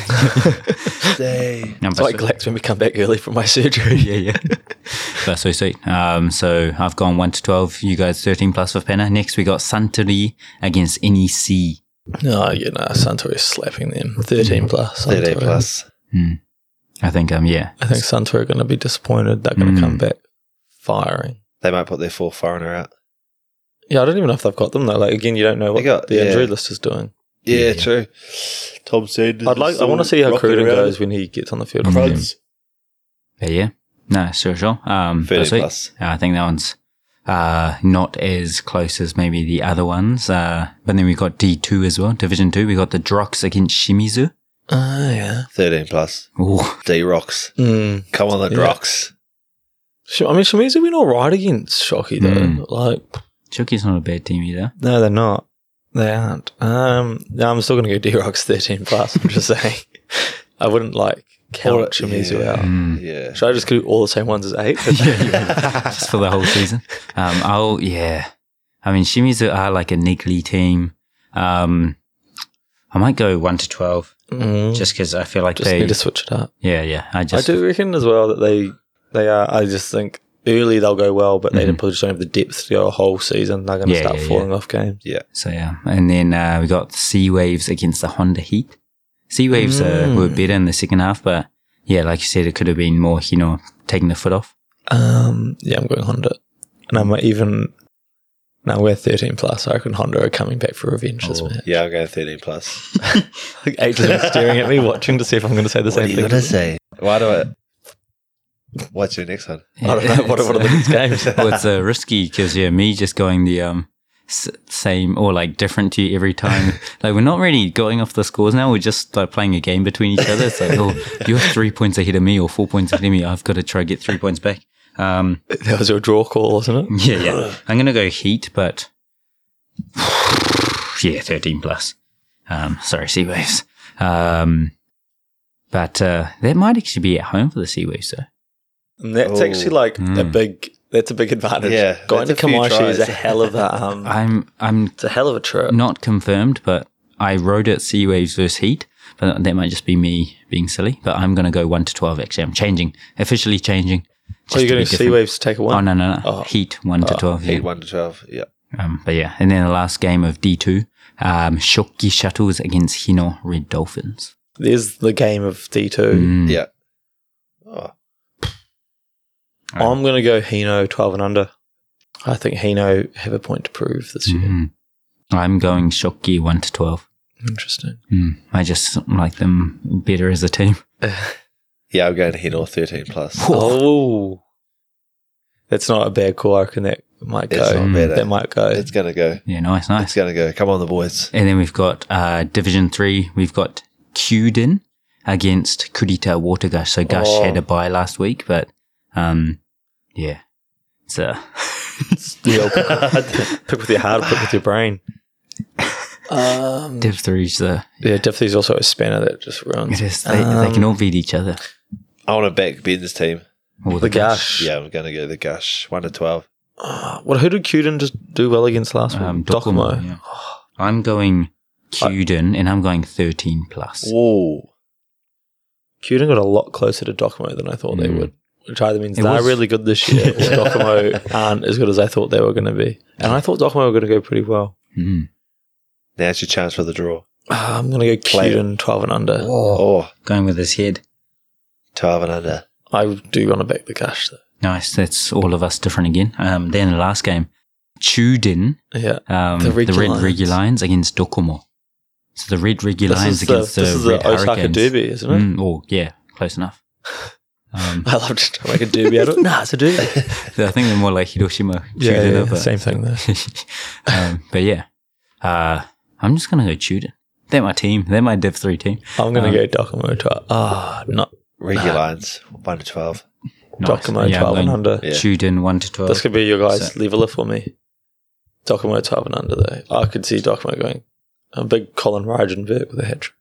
Speaker 3: Stay.
Speaker 1: No,
Speaker 2: It's
Speaker 1: but
Speaker 2: like
Speaker 1: so-
Speaker 2: Glax when we come back early from my surgery.
Speaker 1: (laughs) yeah, yeah. That's so sweet. Um, so I've gone 1 to 12, you guys 13 plus for Penna. Next, we got Suntory against NEC.
Speaker 2: No, you know, Suntory is slapping them. 13 plus.
Speaker 3: 13
Speaker 2: Suntory.
Speaker 3: plus.
Speaker 1: I think, um, yeah.
Speaker 2: I think Suntory are going to be disappointed. They're going to
Speaker 1: Mm.
Speaker 2: come back firing.
Speaker 3: They might put their full foreigner out.
Speaker 2: Yeah, I don't even know if they've got them though. Like again, you don't know what
Speaker 3: They got-
Speaker 2: the
Speaker 3: yeah.
Speaker 2: injury list is doing.
Speaker 3: Yeah,
Speaker 1: Yeah.
Speaker 3: true. Tom said.
Speaker 2: I'd like. I want to see how Cruden goes when he gets on the field.
Speaker 1: Mm.
Speaker 2: for them.
Speaker 3: Crud's
Speaker 1: But yeah, no, sure, sure. Um, but
Speaker 3: 13
Speaker 1: sweet.
Speaker 3: plus.
Speaker 1: Uh, I think that one's uh, not as close as maybe the other ones. Uh, but then we've got D2 as well, Division 2. We've got the Drox against Shimizu.
Speaker 2: Ah, yeah.
Speaker 3: 13 plus.
Speaker 1: Ooh,
Speaker 3: D Rocks.
Speaker 2: Mm.
Speaker 3: Come on, the
Speaker 2: Yeah.
Speaker 3: Rocks.
Speaker 2: Sh- I mean, Shimizu went all right against Shocky though.
Speaker 1: Mm.
Speaker 2: Like,
Speaker 1: Chucky's not a bad team either.
Speaker 2: no, they're not. They aren't. Um, no, I'm still going to go (laughs) D Rock's 13 plus. I'm just saying. (laughs) I wouldn't like
Speaker 3: Or-
Speaker 2: count Shimizu
Speaker 3: yeah.
Speaker 2: out.
Speaker 1: Mm. (laughs)
Speaker 3: Yeah.
Speaker 2: Should I just do all the same ones as eight?
Speaker 3: (laughs)
Speaker 1: Just for the whole season.
Speaker 2: (laughs)
Speaker 1: Um, I'll, yeah. I mean, Shimizu are like a niggly team. Um, I might go 1 to 12
Speaker 2: Mm.
Speaker 1: just because I feel like
Speaker 2: just
Speaker 1: they.
Speaker 2: need to switch it up.
Speaker 1: yeah, yeah. I just.
Speaker 2: I do reckon as well that they they are. I just think early they'll go well, but they
Speaker 1: Mhm.
Speaker 2: probably just don't have the depth to go a whole season. They're going to
Speaker 1: Yeah,
Speaker 2: start
Speaker 1: yeah,
Speaker 2: falling off games.
Speaker 1: So yeah, and then uh, we got Sea Waves against the Honda Heat. Sea Waves uh,
Speaker 2: Mm.
Speaker 1: were better in the second half, but yeah, like you said, it could have been more, you know, taking the foot off.
Speaker 2: Um, yeah, I'm going Honda, and I'm even now we're 13 plus. I reckon Honda are coming back for revenge this
Speaker 1: Oh,
Speaker 2: match.
Speaker 3: Yeah, I'm going 13 plus.
Speaker 2: Like Adrian's been staring at me, watching to see if I'm going to say the same thing.
Speaker 3: say? Why do I. What's your next one?
Speaker 2: I don't know what, what are the next games.
Speaker 1: (laughs) well, it's uh, risky because yeah, me just going the um s- same or like different to you every
Speaker 2: (laughs)
Speaker 1: time. like we're not really going off the scores now. We're just like playing a game between each other. It's like,
Speaker 2: (laughs)
Speaker 1: oh, you're three points ahead of me or four points ahead of me. I've got to try to get three points
Speaker 2: (laughs)
Speaker 1: back. Um,
Speaker 2: that was your draw call, wasn't
Speaker 3: Mm.
Speaker 2: it?
Speaker 1: Yeah, yeah. (sighs) I'm gonna go Heat, but (sighs) yeah, thirteen plus. Um, sorry, Sea Waves. Um, but uh, that might actually be at home for the Sea Waves, though.
Speaker 2: And that's
Speaker 3: Oh.
Speaker 2: actually like a
Speaker 1: Mm.
Speaker 2: big. That's a big advantage.
Speaker 3: Yeah,
Speaker 2: going to
Speaker 3: that's a few
Speaker 2: Kamashi is a
Speaker 3: tries.
Speaker 2: hell of a um.
Speaker 1: I'm I'm
Speaker 2: it's a hell of
Speaker 1: (laughs)
Speaker 2: a trip.
Speaker 1: not confirmed, but I wrote it Sea Waves versus Heat, but that might just be me being silly. But I'm gonna go one to twelve. Actually, I'm changing officially changing.
Speaker 2: Oh, you're
Speaker 1: to
Speaker 2: going
Speaker 1: be
Speaker 2: to see
Speaker 1: different.
Speaker 2: waves take a one.
Speaker 1: Oh no no no!
Speaker 2: Oh.
Speaker 1: Heat one to twelve. yeah.
Speaker 3: Eight, 1 to 12. Yeah.
Speaker 1: Um, but yeah, and then the last game of D2, um, Shoki Shuttles against Hino Red Dolphins.
Speaker 2: There's the game of D2.
Speaker 1: Mm.
Speaker 3: Yeah. Oh,
Speaker 2: I'm going to go Hino 12 and under. I think Hino have a point to prove this year.
Speaker 1: Mhm. I'm going Shoki 1 to 12.
Speaker 2: Interesting.
Speaker 1: Mm. I just like them better as a team.
Speaker 3: yeah, I'm going Hino 13 plus.
Speaker 2: Oh. That's not a bad call. I reckon that might
Speaker 3: It's
Speaker 2: go.
Speaker 3: not better.
Speaker 2: That might go.
Speaker 3: It's going to go.
Speaker 1: Yeah, nice, nice.
Speaker 3: It's going to go. Come on, the boys.
Speaker 1: And then we've got uh, Division 3, we've got Cuden against Kurita Water Gush. So Gush
Speaker 2: Oh.
Speaker 1: had a bye last week, but um, yeah. So
Speaker 2: the old pick, pick with your heart, pick with your brain.
Speaker 1: (laughs)
Speaker 2: Um,
Speaker 1: Div 3's the.
Speaker 2: yeah, definitely is also a spanner that just Um, ruins
Speaker 1: It is, they, they can all beat each other.
Speaker 3: I want to back Ben's team.
Speaker 1: All
Speaker 2: the gash.
Speaker 3: Yeah, I'm going to go the Gush. 1 to 12.
Speaker 2: Uh, what? Who did Cuden just do well against last
Speaker 1: Um,
Speaker 2: week? Docomo.
Speaker 1: Docomo, yeah. I'm going Cuden, and I'm going 13 plus.
Speaker 3: Whoa.
Speaker 2: Cuden got a lot closer to Docomo than I thought they
Speaker 1: Mm.
Speaker 2: would, which either means
Speaker 1: It
Speaker 2: they're
Speaker 1: was-
Speaker 2: really good this
Speaker 1: (laughs)
Speaker 2: year or Docomo aren't as good as I thought they were going to be. And I thought Docomo were going to go pretty well.
Speaker 1: Mm.
Speaker 3: Now's your chance for the draw.
Speaker 2: Ah, I'm going to go
Speaker 3: Play it.
Speaker 2: Cuden 12 and under.
Speaker 3: Oh,
Speaker 1: Going with his head.
Speaker 3: 12 and under.
Speaker 2: I do want to back the cash though.
Speaker 1: Nice. That's all of us different again. Um, then the last game, Chuden,
Speaker 2: Yeah.
Speaker 1: um,
Speaker 2: The
Speaker 1: the,
Speaker 2: Red
Speaker 1: Red
Speaker 2: Lions.
Speaker 1: Regular Lions against Docomo. So the Red Regular Lions against the,
Speaker 2: this is
Speaker 1: Red
Speaker 2: the Osaka
Speaker 1: Hurricanes.
Speaker 2: Derby, isn't it?
Speaker 1: Mm, oh, yeah, close enough. Um,
Speaker 2: (laughs) I love to make a derby out of it. Nah, it's
Speaker 1: (laughs)
Speaker 2: a derby.
Speaker 1: I think they're more like Hiroshima.
Speaker 2: yeah,
Speaker 1: Chuden,
Speaker 2: yeah,
Speaker 1: but-
Speaker 2: same thing there.
Speaker 1: (laughs) um, but yeah, uh, I'm just gonna go Chuden. They're my team. They're my Div Three team.
Speaker 2: I'm going
Speaker 1: Um,
Speaker 2: to go Docomo 12. Ah, not
Speaker 3: Regular lines. 1 to 12.
Speaker 1: Nice.
Speaker 2: Docomo
Speaker 1: Yeah, I'm
Speaker 2: 12 and
Speaker 1: going
Speaker 2: under.
Speaker 3: Yeah.
Speaker 1: Chuden one to twelve.
Speaker 2: This could be your guys'
Speaker 1: So-
Speaker 2: leveler for me. Docomo 12 and under, though. I could see Docomo going a big Colin Ryden bit with a hat trick.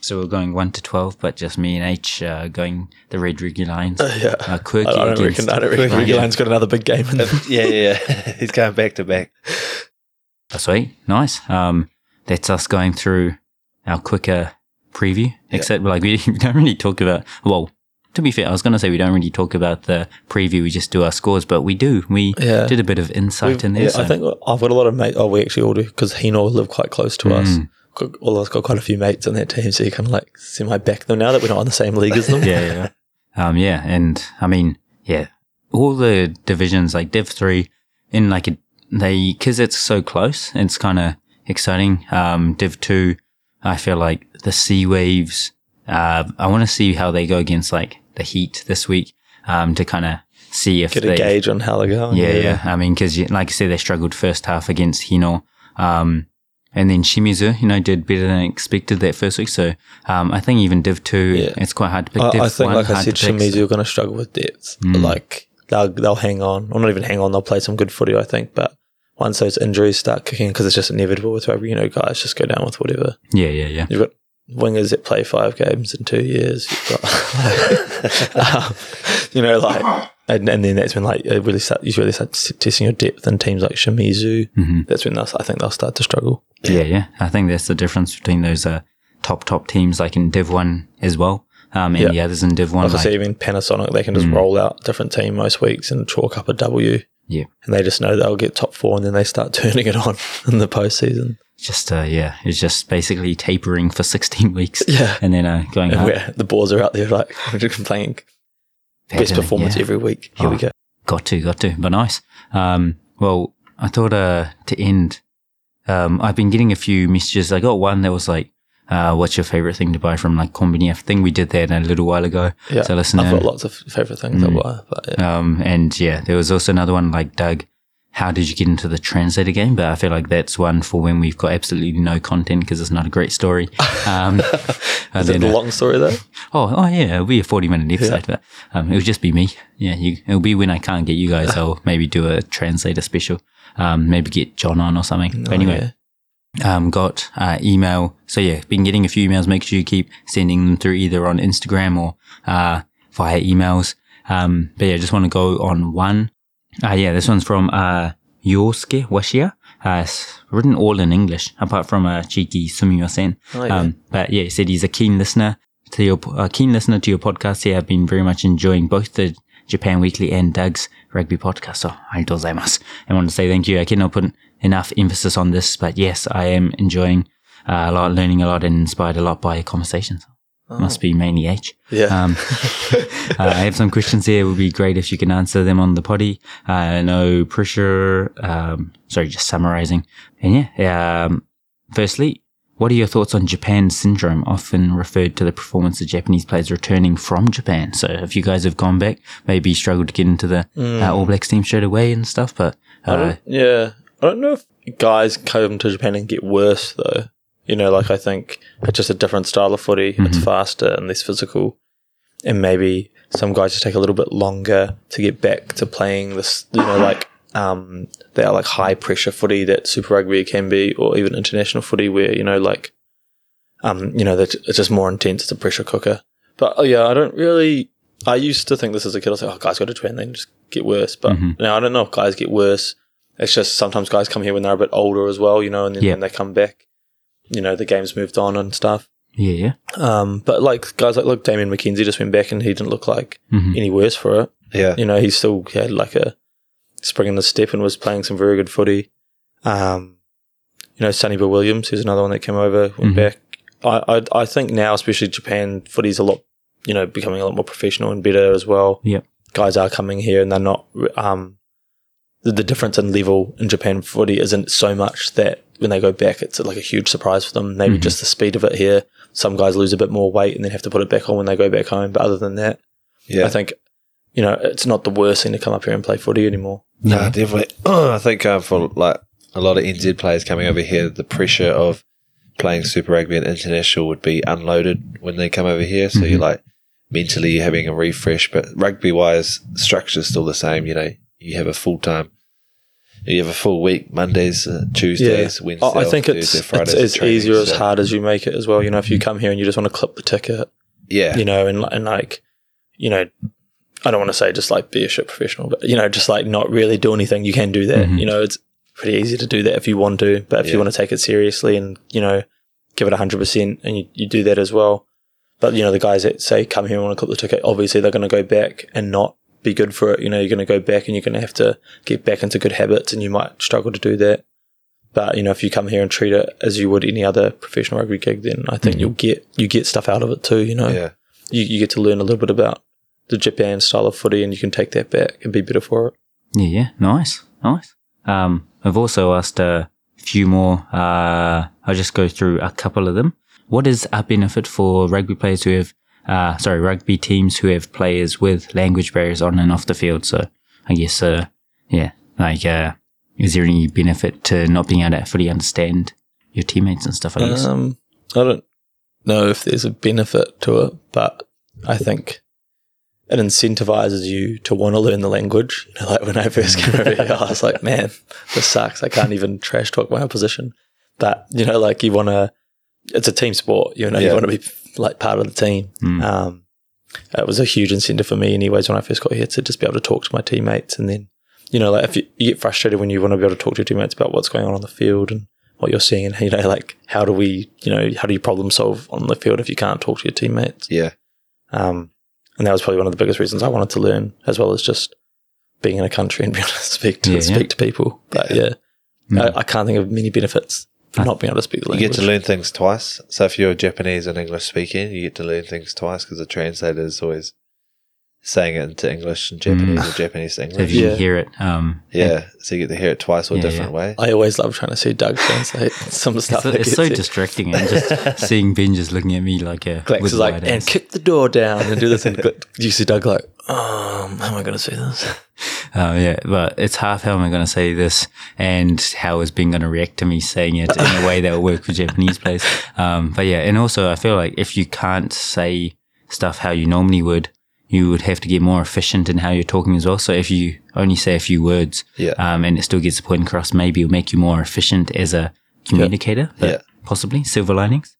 Speaker 1: So we're going 1 to 12, but just me and H uh, going the Red Rugby
Speaker 2: (laughs)
Speaker 1: Lions.
Speaker 2: (laughs) yeah.
Speaker 1: Uh, quirky
Speaker 2: I, I don't
Speaker 1: against
Speaker 2: reckon, I don't reckon
Speaker 1: Ryan.
Speaker 2: Regulan's got another big game
Speaker 1: (laughs)
Speaker 2: in them.
Speaker 3: (laughs) yeah, yeah, yeah. (laughs) He's going back to back.
Speaker 1: Oh, Sweet, nice. Um, that's us going through our quicker preview. Except like we (laughs) don't really talk about. Well, to be fair, I was going to say we don't really talk about the preview. We just do our scores, but we do. We
Speaker 2: Yeah.
Speaker 1: did a bit of insight in there.
Speaker 2: Yeah,
Speaker 1: so-
Speaker 2: I think I've got a lot of mates. Oh, we actually all do because he and I live quite close to us.
Speaker 1: Mm.
Speaker 2: Got- All of us got quite a few mates in that team, so you kind of like semi back them now that we're not on the same league as
Speaker 1: (laughs)
Speaker 2: them.
Speaker 1: yeah, yeah, yeah. Um, yeah, and I mean, yeah, all the divisions like Div three in like a they because it's so close, it's kind of exciting. Um, Div two, I feel like the Sea Waves. Uh, I want to see how they go against like the Heat this week. Um, to kind of see if
Speaker 2: Get
Speaker 1: they
Speaker 2: a gauge on how they're going.
Speaker 1: yeah, yeah. I mean, because like I said, they struggled first half against Hino. Um, and then Shimizu, you know, did better than expected that first week. So um, I think even Div 2,
Speaker 2: Yeah.
Speaker 1: it's quite hard to pick. Div
Speaker 2: I, I think,
Speaker 1: 1,
Speaker 2: like I
Speaker 1: hard
Speaker 2: said,
Speaker 1: to pick.
Speaker 2: Shimizu are going to struggle with depth.
Speaker 1: Mm.
Speaker 2: Like they'll they'll hang on, or not even hang on. They'll play some good footy, I think. But once those injuries start kicking, because it's just inevitable with whoever you know, guys just go down with whatever.
Speaker 1: Yeah, yeah, yeah.
Speaker 2: You've got wingers that play five games in two years. You've got, (laughs) um, you know, like, and, and then that's when like it really start, you really start s- testing your depth. And teams like Shimizu,
Speaker 1: hmm
Speaker 2: that's when they'll, I think they'll start to struggle.
Speaker 1: Yeah, yeah. I think that's the difference between those uh, top, top teams, like in Div 1 as well, um, and
Speaker 2: Yeah.
Speaker 1: the others in Div 1.
Speaker 2: Like I
Speaker 1: like-
Speaker 2: said, even Panasonic, they can just
Speaker 1: Mm.
Speaker 2: roll out different team most weeks and chalk up a W.
Speaker 1: Yeah.
Speaker 2: and they just know they'll get top four, and then they start (laughs) turning it on in the postseason.
Speaker 1: just, uh, yeah, it's just basically tapering for (laughs) 16 weeks
Speaker 2: (laughs) Yeah.
Speaker 1: and then uh, going
Speaker 2: And
Speaker 1: up.
Speaker 2: where the boards are out there like (laughs) complaining best
Speaker 1: Paddling,
Speaker 2: performance
Speaker 1: yeah.
Speaker 2: every week. Here we
Speaker 1: Oh.
Speaker 2: go.
Speaker 1: Got to, got to, but nice. Um, well, I thought uh, to end, um, I've been getting a few messages. I got one that was like, uh, "What's your favorite thing to buy from like Combini?" I think we did that a little while ago.
Speaker 2: Yeah,
Speaker 1: So listen,
Speaker 2: I've
Speaker 1: in.
Speaker 2: got lots of favorite things I
Speaker 1: Mm.
Speaker 2: buy, but yeah.
Speaker 1: Um, and yeah, there was also another one like Doug. How did you get into the translator game? But I feel like that's one for when we've got absolutely no content because it's not a great story.
Speaker 2: (laughs)
Speaker 1: Um, (laughs) and
Speaker 2: Is it
Speaker 1: then,
Speaker 2: the
Speaker 1: uh,
Speaker 2: long story though?
Speaker 1: Oh, oh yeah, it'll be a forty-minute episode, but um, it'll just be me. Yeah, you, it'll be when I can't get you
Speaker 2: (laughs)
Speaker 1: guys. I'll maybe do a translator special. Um, maybe get John on or something. But
Speaker 2: Oh,
Speaker 1: anyway, um, got uh, email. So yeah, been getting a few emails. Make sure you keep sending them through either on Instagram or uh, via emails. Um, but yeah, just want to go on one. Uh, yeah, this one's from uh, Yosuke Washia. Uh, it's written all in English, apart from a cheeky Sumimasen.
Speaker 2: Oh, yeah.
Speaker 1: Um, but yeah, he said he's a keen listener to your a keen listener to your podcast. Here, I've been very much enjoying both the Japan Weekly and Doug's Rugby Podcast. So, arigatou I want to say thank you. I cannot put enough emphasis on this, but yes, I am enjoying uh, a lot, learning a lot, and inspired a lot by your conversations. Must be mainly H.
Speaker 2: yeah. (laughs)
Speaker 1: Um, uh, I have some questions here. It would be great if you can answer them on the potty. Uh, no pressure. Um, sorry, just summarizing. And yeah, um, firstly, what are your thoughts on Japan syndrome, often referred to the performance of Japanese players returning from Japan? So if you guys have gone back, maybe struggled to get into the uh, All Blacks team straight away and stuff, but
Speaker 2: I
Speaker 1: uh,
Speaker 2: don't, yeah. I don't know if guys come to Japan and get worse though. You know, like I think it's just a different style of footy. It's
Speaker 1: Mhm.
Speaker 2: faster and less physical, and maybe some guys just take a little bit longer to get back to playing this. You know, like um, they are like high pressure footy that Super Rugby can be, or even international footy, where you know, like um, you know, that it's just more intense. It's a pressure cooker. But oh yeah, I don't really. I used to think this as a kid. I was like, oh, guys go to Japan, they just get worse. But
Speaker 1: Mhm.
Speaker 2: now I don't know if guys get worse. It's just sometimes guys come here when they're a bit older as well, you know, and then
Speaker 1: Yeah.
Speaker 2: when they come back, you know, the game's moved on and stuff.
Speaker 1: yeah, yeah.
Speaker 2: Um, but like guys like look, Damien McKenzie just went back and he didn't look like
Speaker 1: hmm
Speaker 2: any worse for it.
Speaker 3: Yeah.
Speaker 2: You know, he still had like a spring in the step and was playing some very good footy. Um, you know, Sonny Bill Williams, who's another one that came over, went
Speaker 1: Mhm.
Speaker 2: back. I, I I think now, especially Japan, footy's a lot, you know, becoming a lot more professional and better as well.
Speaker 1: Yep.
Speaker 2: Guys are coming here and they're not, um, the, the difference in level in Japan footy isn't so much that when they go back, it's like a huge surprise for them. Maybe
Speaker 1: Mhm.
Speaker 2: just the speed of it here. Some guys lose a bit more weight and then have to put it back on when they go back home. But other than that,
Speaker 3: Yeah.
Speaker 2: I think, you know, it's not the worst thing to come up here and play footy anymore.
Speaker 3: No, definitely. I think um, for like a lot of NZ players coming over here, the pressure of playing Super Rugby and international would be unloaded when they come over here. So
Speaker 2: Mm-hmm.
Speaker 3: you're like mentally you're having a refresh, but rugby wise, structure's still the same. You know, you have a full time you have a full week Mondays, uh, Tuesdays, Wednesdays.
Speaker 2: I I think it's it's, it's easier as hard as you make it as well. You know, if you come here and you just want to clip the ticket,
Speaker 3: Yeah.
Speaker 2: you know, and li- and like, you know, I don't want to say just like be a shit professional, but you know, just like not really do anything. You can do that.
Speaker 1: Mhm.
Speaker 2: You know, it's pretty easy to do that if you want to. But if
Speaker 3: Mm-hmm. Yeah.
Speaker 2: you want to take it seriously and you know, give it hundred percent, and you, you do that as well. But you know, the guys that say come here and want to clip the ticket, obviously they're going to go back and not be good for it. You know, you're going to go back and you're going to have to get back into good habits, and you might struggle to do that. But you know, if you come here and treat it as you would any other professional rugby gig, then I think you'll get you get stuff out of it too. You know,
Speaker 3: Mm-hmm. yeah.
Speaker 2: you, you get to learn a little bit about the Japan style of footy and you can take that back and be better for it.
Speaker 1: Yeah, yeah, nice, nice. Um, I've also asked a few more. Uh, I'll just go through a couple of them. What is a benefit for rugby players who have, uh, sorry, rugby teams who have players with language barriers on and off the field? So I guess, uh, yeah, like, uh, is there any benefit to not being able to fully understand your teammates and stuff? I guess.
Speaker 2: Um, I don't know if there's a benefit to it, but I think it incentivizes you to want to learn the language. (laughs) You know, like when I first came over here, I was like, man, this sucks. I can't even trash talk my opposition. But, you know, like you want to, it's a team sport, you know, you
Speaker 3: Yeah.
Speaker 2: want to be like part of the team.
Speaker 1: Mm.
Speaker 2: Um, it was a huge incentive for me, anyways, when I first got here to just be able to talk to my teammates. And then, you know, like if you, you get frustrated when you want to be able to talk to your teammates about what's going on on the field and what you're seeing, and (laughs) you know, like how do we, you know, how do you problem solve on the field if you can't talk to your teammates?
Speaker 3: Yeah.
Speaker 2: Um, and that was probably one of the biggest reasons I wanted to learn, as well as just being in a country and being able to (laughs) speak to
Speaker 1: Yeah, yeah.
Speaker 2: speak to people. But yeah,
Speaker 1: Mm.
Speaker 2: I, I can't think of many benefits
Speaker 1: Ah.
Speaker 2: for not being able to speak the
Speaker 3: You
Speaker 2: language.
Speaker 3: get to learn things twice. So if you're Japanese and English speaking, you get to learn things twice because the translator is always saying it into English and Japanese
Speaker 1: Mm.
Speaker 3: or Japanese
Speaker 1: (laughs)
Speaker 3: to
Speaker 1: so if
Speaker 3: English.
Speaker 1: you
Speaker 2: yeah.
Speaker 1: hear it, um,
Speaker 3: Yeah, so you get to hear it twice or a
Speaker 1: Yeah,
Speaker 3: different
Speaker 1: yeah.
Speaker 3: way.
Speaker 2: I always love trying to see Doug translate (laughs) some
Speaker 1: it's,
Speaker 2: stuff. that
Speaker 1: it's
Speaker 2: gets
Speaker 1: so
Speaker 2: said.
Speaker 1: distracting and
Speaker 2: (laughs)
Speaker 1: just seeing Ben just looking at me like a
Speaker 2: Glex is like,
Speaker 1: wide
Speaker 2: and
Speaker 1: eyes.
Speaker 2: kick the door down and do this. And Glex, you see Doug like, um, how am I going to say this?
Speaker 1: Oh yeah, but it's half how am I going to say this, and how is Ben going to react to me saying it in a way that will work for Japanese players. Um, but yeah, and also I feel like if you can't say stuff how you normally would, you would have to get more efficient in how you're talking as well. So if you only say a few words,
Speaker 3: Yeah.
Speaker 1: um, and it still gets the point across, maybe it'll make you more efficient as a communicator. But
Speaker 3: Yeah.
Speaker 1: possibly silver linings.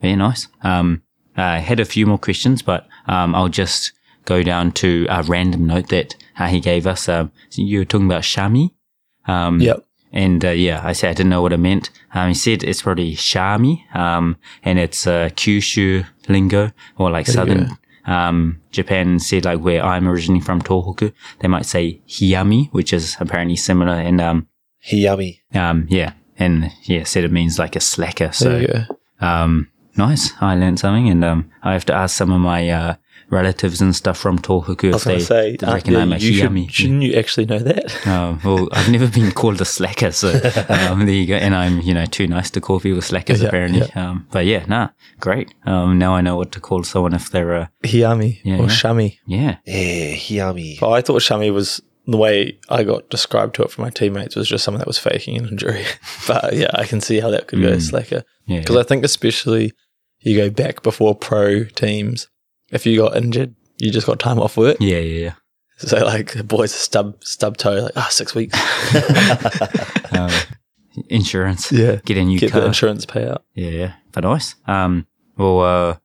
Speaker 1: Very nice. Um, I had a few more questions, but um, I'll just go down to a random note that uh, he gave us. Um, so you were talking about Shami. Um,
Speaker 2: Yep.
Speaker 1: And uh, yeah, I said I didn't know what it meant. Um, he said it's probably Shami, um, and it's uh, Kyushu lingo or like southern um, Japan. Said like where I'm originally from, Tohoku, they might say Hiyami, which is apparently similar. And um,
Speaker 3: Hiyami.
Speaker 1: um, yeah, and yeah, said it means like a slacker. So
Speaker 2: There you go.
Speaker 1: um, nice. I learned something, and um, I have to ask some of my uh, relatives and stuff from Tohoku
Speaker 2: I
Speaker 1: if
Speaker 2: was going
Speaker 1: they
Speaker 2: to say,
Speaker 1: they
Speaker 2: aren't
Speaker 1: reckon I'm a
Speaker 2: you- you should,
Speaker 1: Hiyami.
Speaker 2: shouldn't you actually know (laughs) that?
Speaker 1: Uh, well, I've never been (laughs) called a slacker,
Speaker 2: (laughs)
Speaker 1: so um, there you go. And I'm, you know, too nice to call people slackers
Speaker 2: Yeah,
Speaker 1: apparently. Um, but yeah, nah, great. Um, now I know what to call someone if they're, uh,
Speaker 2: Hiyami
Speaker 1: Yeah,
Speaker 2: or
Speaker 1: yeah.
Speaker 2: Shami.
Speaker 1: yeah,
Speaker 3: Yeah, Hiyami.
Speaker 2: But I thought Shami was the way I got described to it from my teammates was just someone that was faking an injury. (laughs) but yeah, I can see how that could go
Speaker 1: Mm.
Speaker 2: slacker.
Speaker 1: yeah,
Speaker 2: Because I think especially you go back before pro teams, if you got injured, you just got time off work.
Speaker 1: yeah, yeah,
Speaker 2: So like the boys stub stub toe, like, ah, six
Speaker 1: (laughs)
Speaker 2: weeks.
Speaker 1: yeah. Um, (laughs) insurance,
Speaker 2: yeah.
Speaker 1: get a new
Speaker 2: Get
Speaker 1: car.
Speaker 2: the insurance payout.
Speaker 1: Yeah, yeah. But nice. Um, well, uh,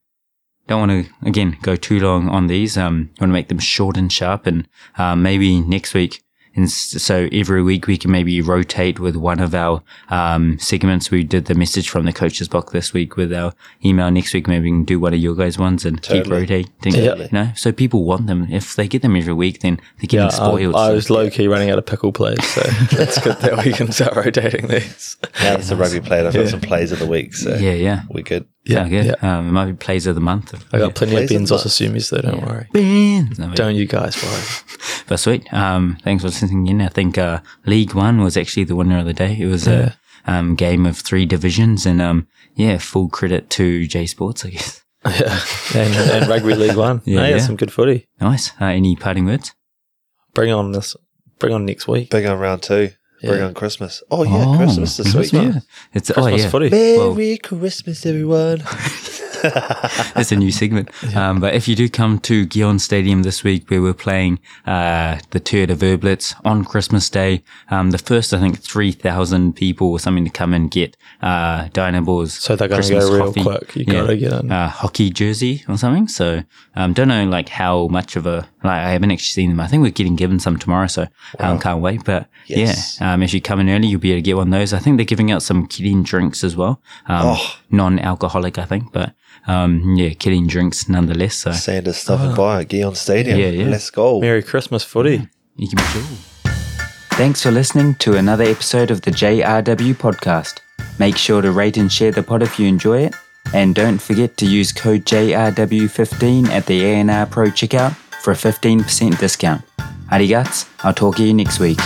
Speaker 1: don't want to, again, go too long on these. Um, want to make them short and sharp and, um, maybe next week. And s- so every week we can maybe rotate with one of our, um, segments. We did the message from the coaches box this week with our email. Next week, maybe we can do one of your guys' ones and keep
Speaker 3: Totally.
Speaker 1: rotating.
Speaker 2: Totally.
Speaker 1: No, so people want them. If they get them every week, then they're getting spoiled.
Speaker 2: Um, I, I
Speaker 1: So-
Speaker 2: was low key running out of pickle plays,
Speaker 1: (laughs)
Speaker 2: so it's good that we can start rotating these.
Speaker 3: Now that's a rugby play. and I've got some plays of the week, so
Speaker 1: yeah, yeah.
Speaker 3: we're good.
Speaker 1: Yeah, good. Um, it might be plays of the month.
Speaker 2: I got plenty of
Speaker 3: Plays of
Speaker 2: bins
Speaker 3: the
Speaker 2: or Sassumis, though. Don't worry.
Speaker 1: Ben! No, we-
Speaker 2: Don't you guys worry.
Speaker 1: But sweet. Um, thanks for listening in. I think uh, League One was actually the winner of the day. It was
Speaker 2: Yeah.
Speaker 1: a um, game of three divisions, and um, yeah, full credit to J Sports, I guess.
Speaker 2: (laughs)
Speaker 1: (laughs)
Speaker 2: yeah. (laughs) And, and rugby league one.
Speaker 1: Yeah,
Speaker 2: Yeah, hey,
Speaker 1: yeah.
Speaker 2: some good footy.
Speaker 1: Nice. Uh, any parting words?
Speaker 2: Bring on this. Bring on next week.
Speaker 3: Big on round two. Bring
Speaker 2: Yeah.
Speaker 3: on Christmas. Oh yeah,
Speaker 1: Oh,
Speaker 3: Christmas this
Speaker 1: Christmas.
Speaker 3: week.
Speaker 1: It's oh
Speaker 2: Christmas
Speaker 1: yeah. (laughs)
Speaker 2: footy.
Speaker 3: Merry Christmas, everyone.
Speaker 1: It's a new
Speaker 2: (laughs)
Speaker 1: segment. Um, but if you do come to Gion Stadium this week, where we're playing uh, the Turda Verblitz on Christmas Day, um, the first, I think, 3,000 people or something to come and get uh, Dynaballs.
Speaker 2: So they're gonna go real quick. You gotta get in.
Speaker 1: Uh, hockey jersey or something. So um, don't know like how much of a, like I haven't actually seen them. I think we're getting given some tomorrow. So um, can't wait. But
Speaker 3: Yes.
Speaker 1: yeah, um, if you come in early, you'll be able to get one of those. I think they're giving out some kidding drinks as well. Um, non-alcoholic, I think, but, um, yeah, kidding drinks nonetheless. So
Speaker 3: Sanders stuff and buy at Gion Stadium.
Speaker 1: Oh. Yeah, yeah.
Speaker 3: Let's go.
Speaker 2: Merry Christmas, footy.
Speaker 1: You can be cool. Thanks for listening to another episode of the JRW podcast. Make sure to rate and share the pod if you enjoy it, and don't forget to use code JRW15 at the ANR Pro checkout for a 15% discount. Arigats, I'll talk to you next week.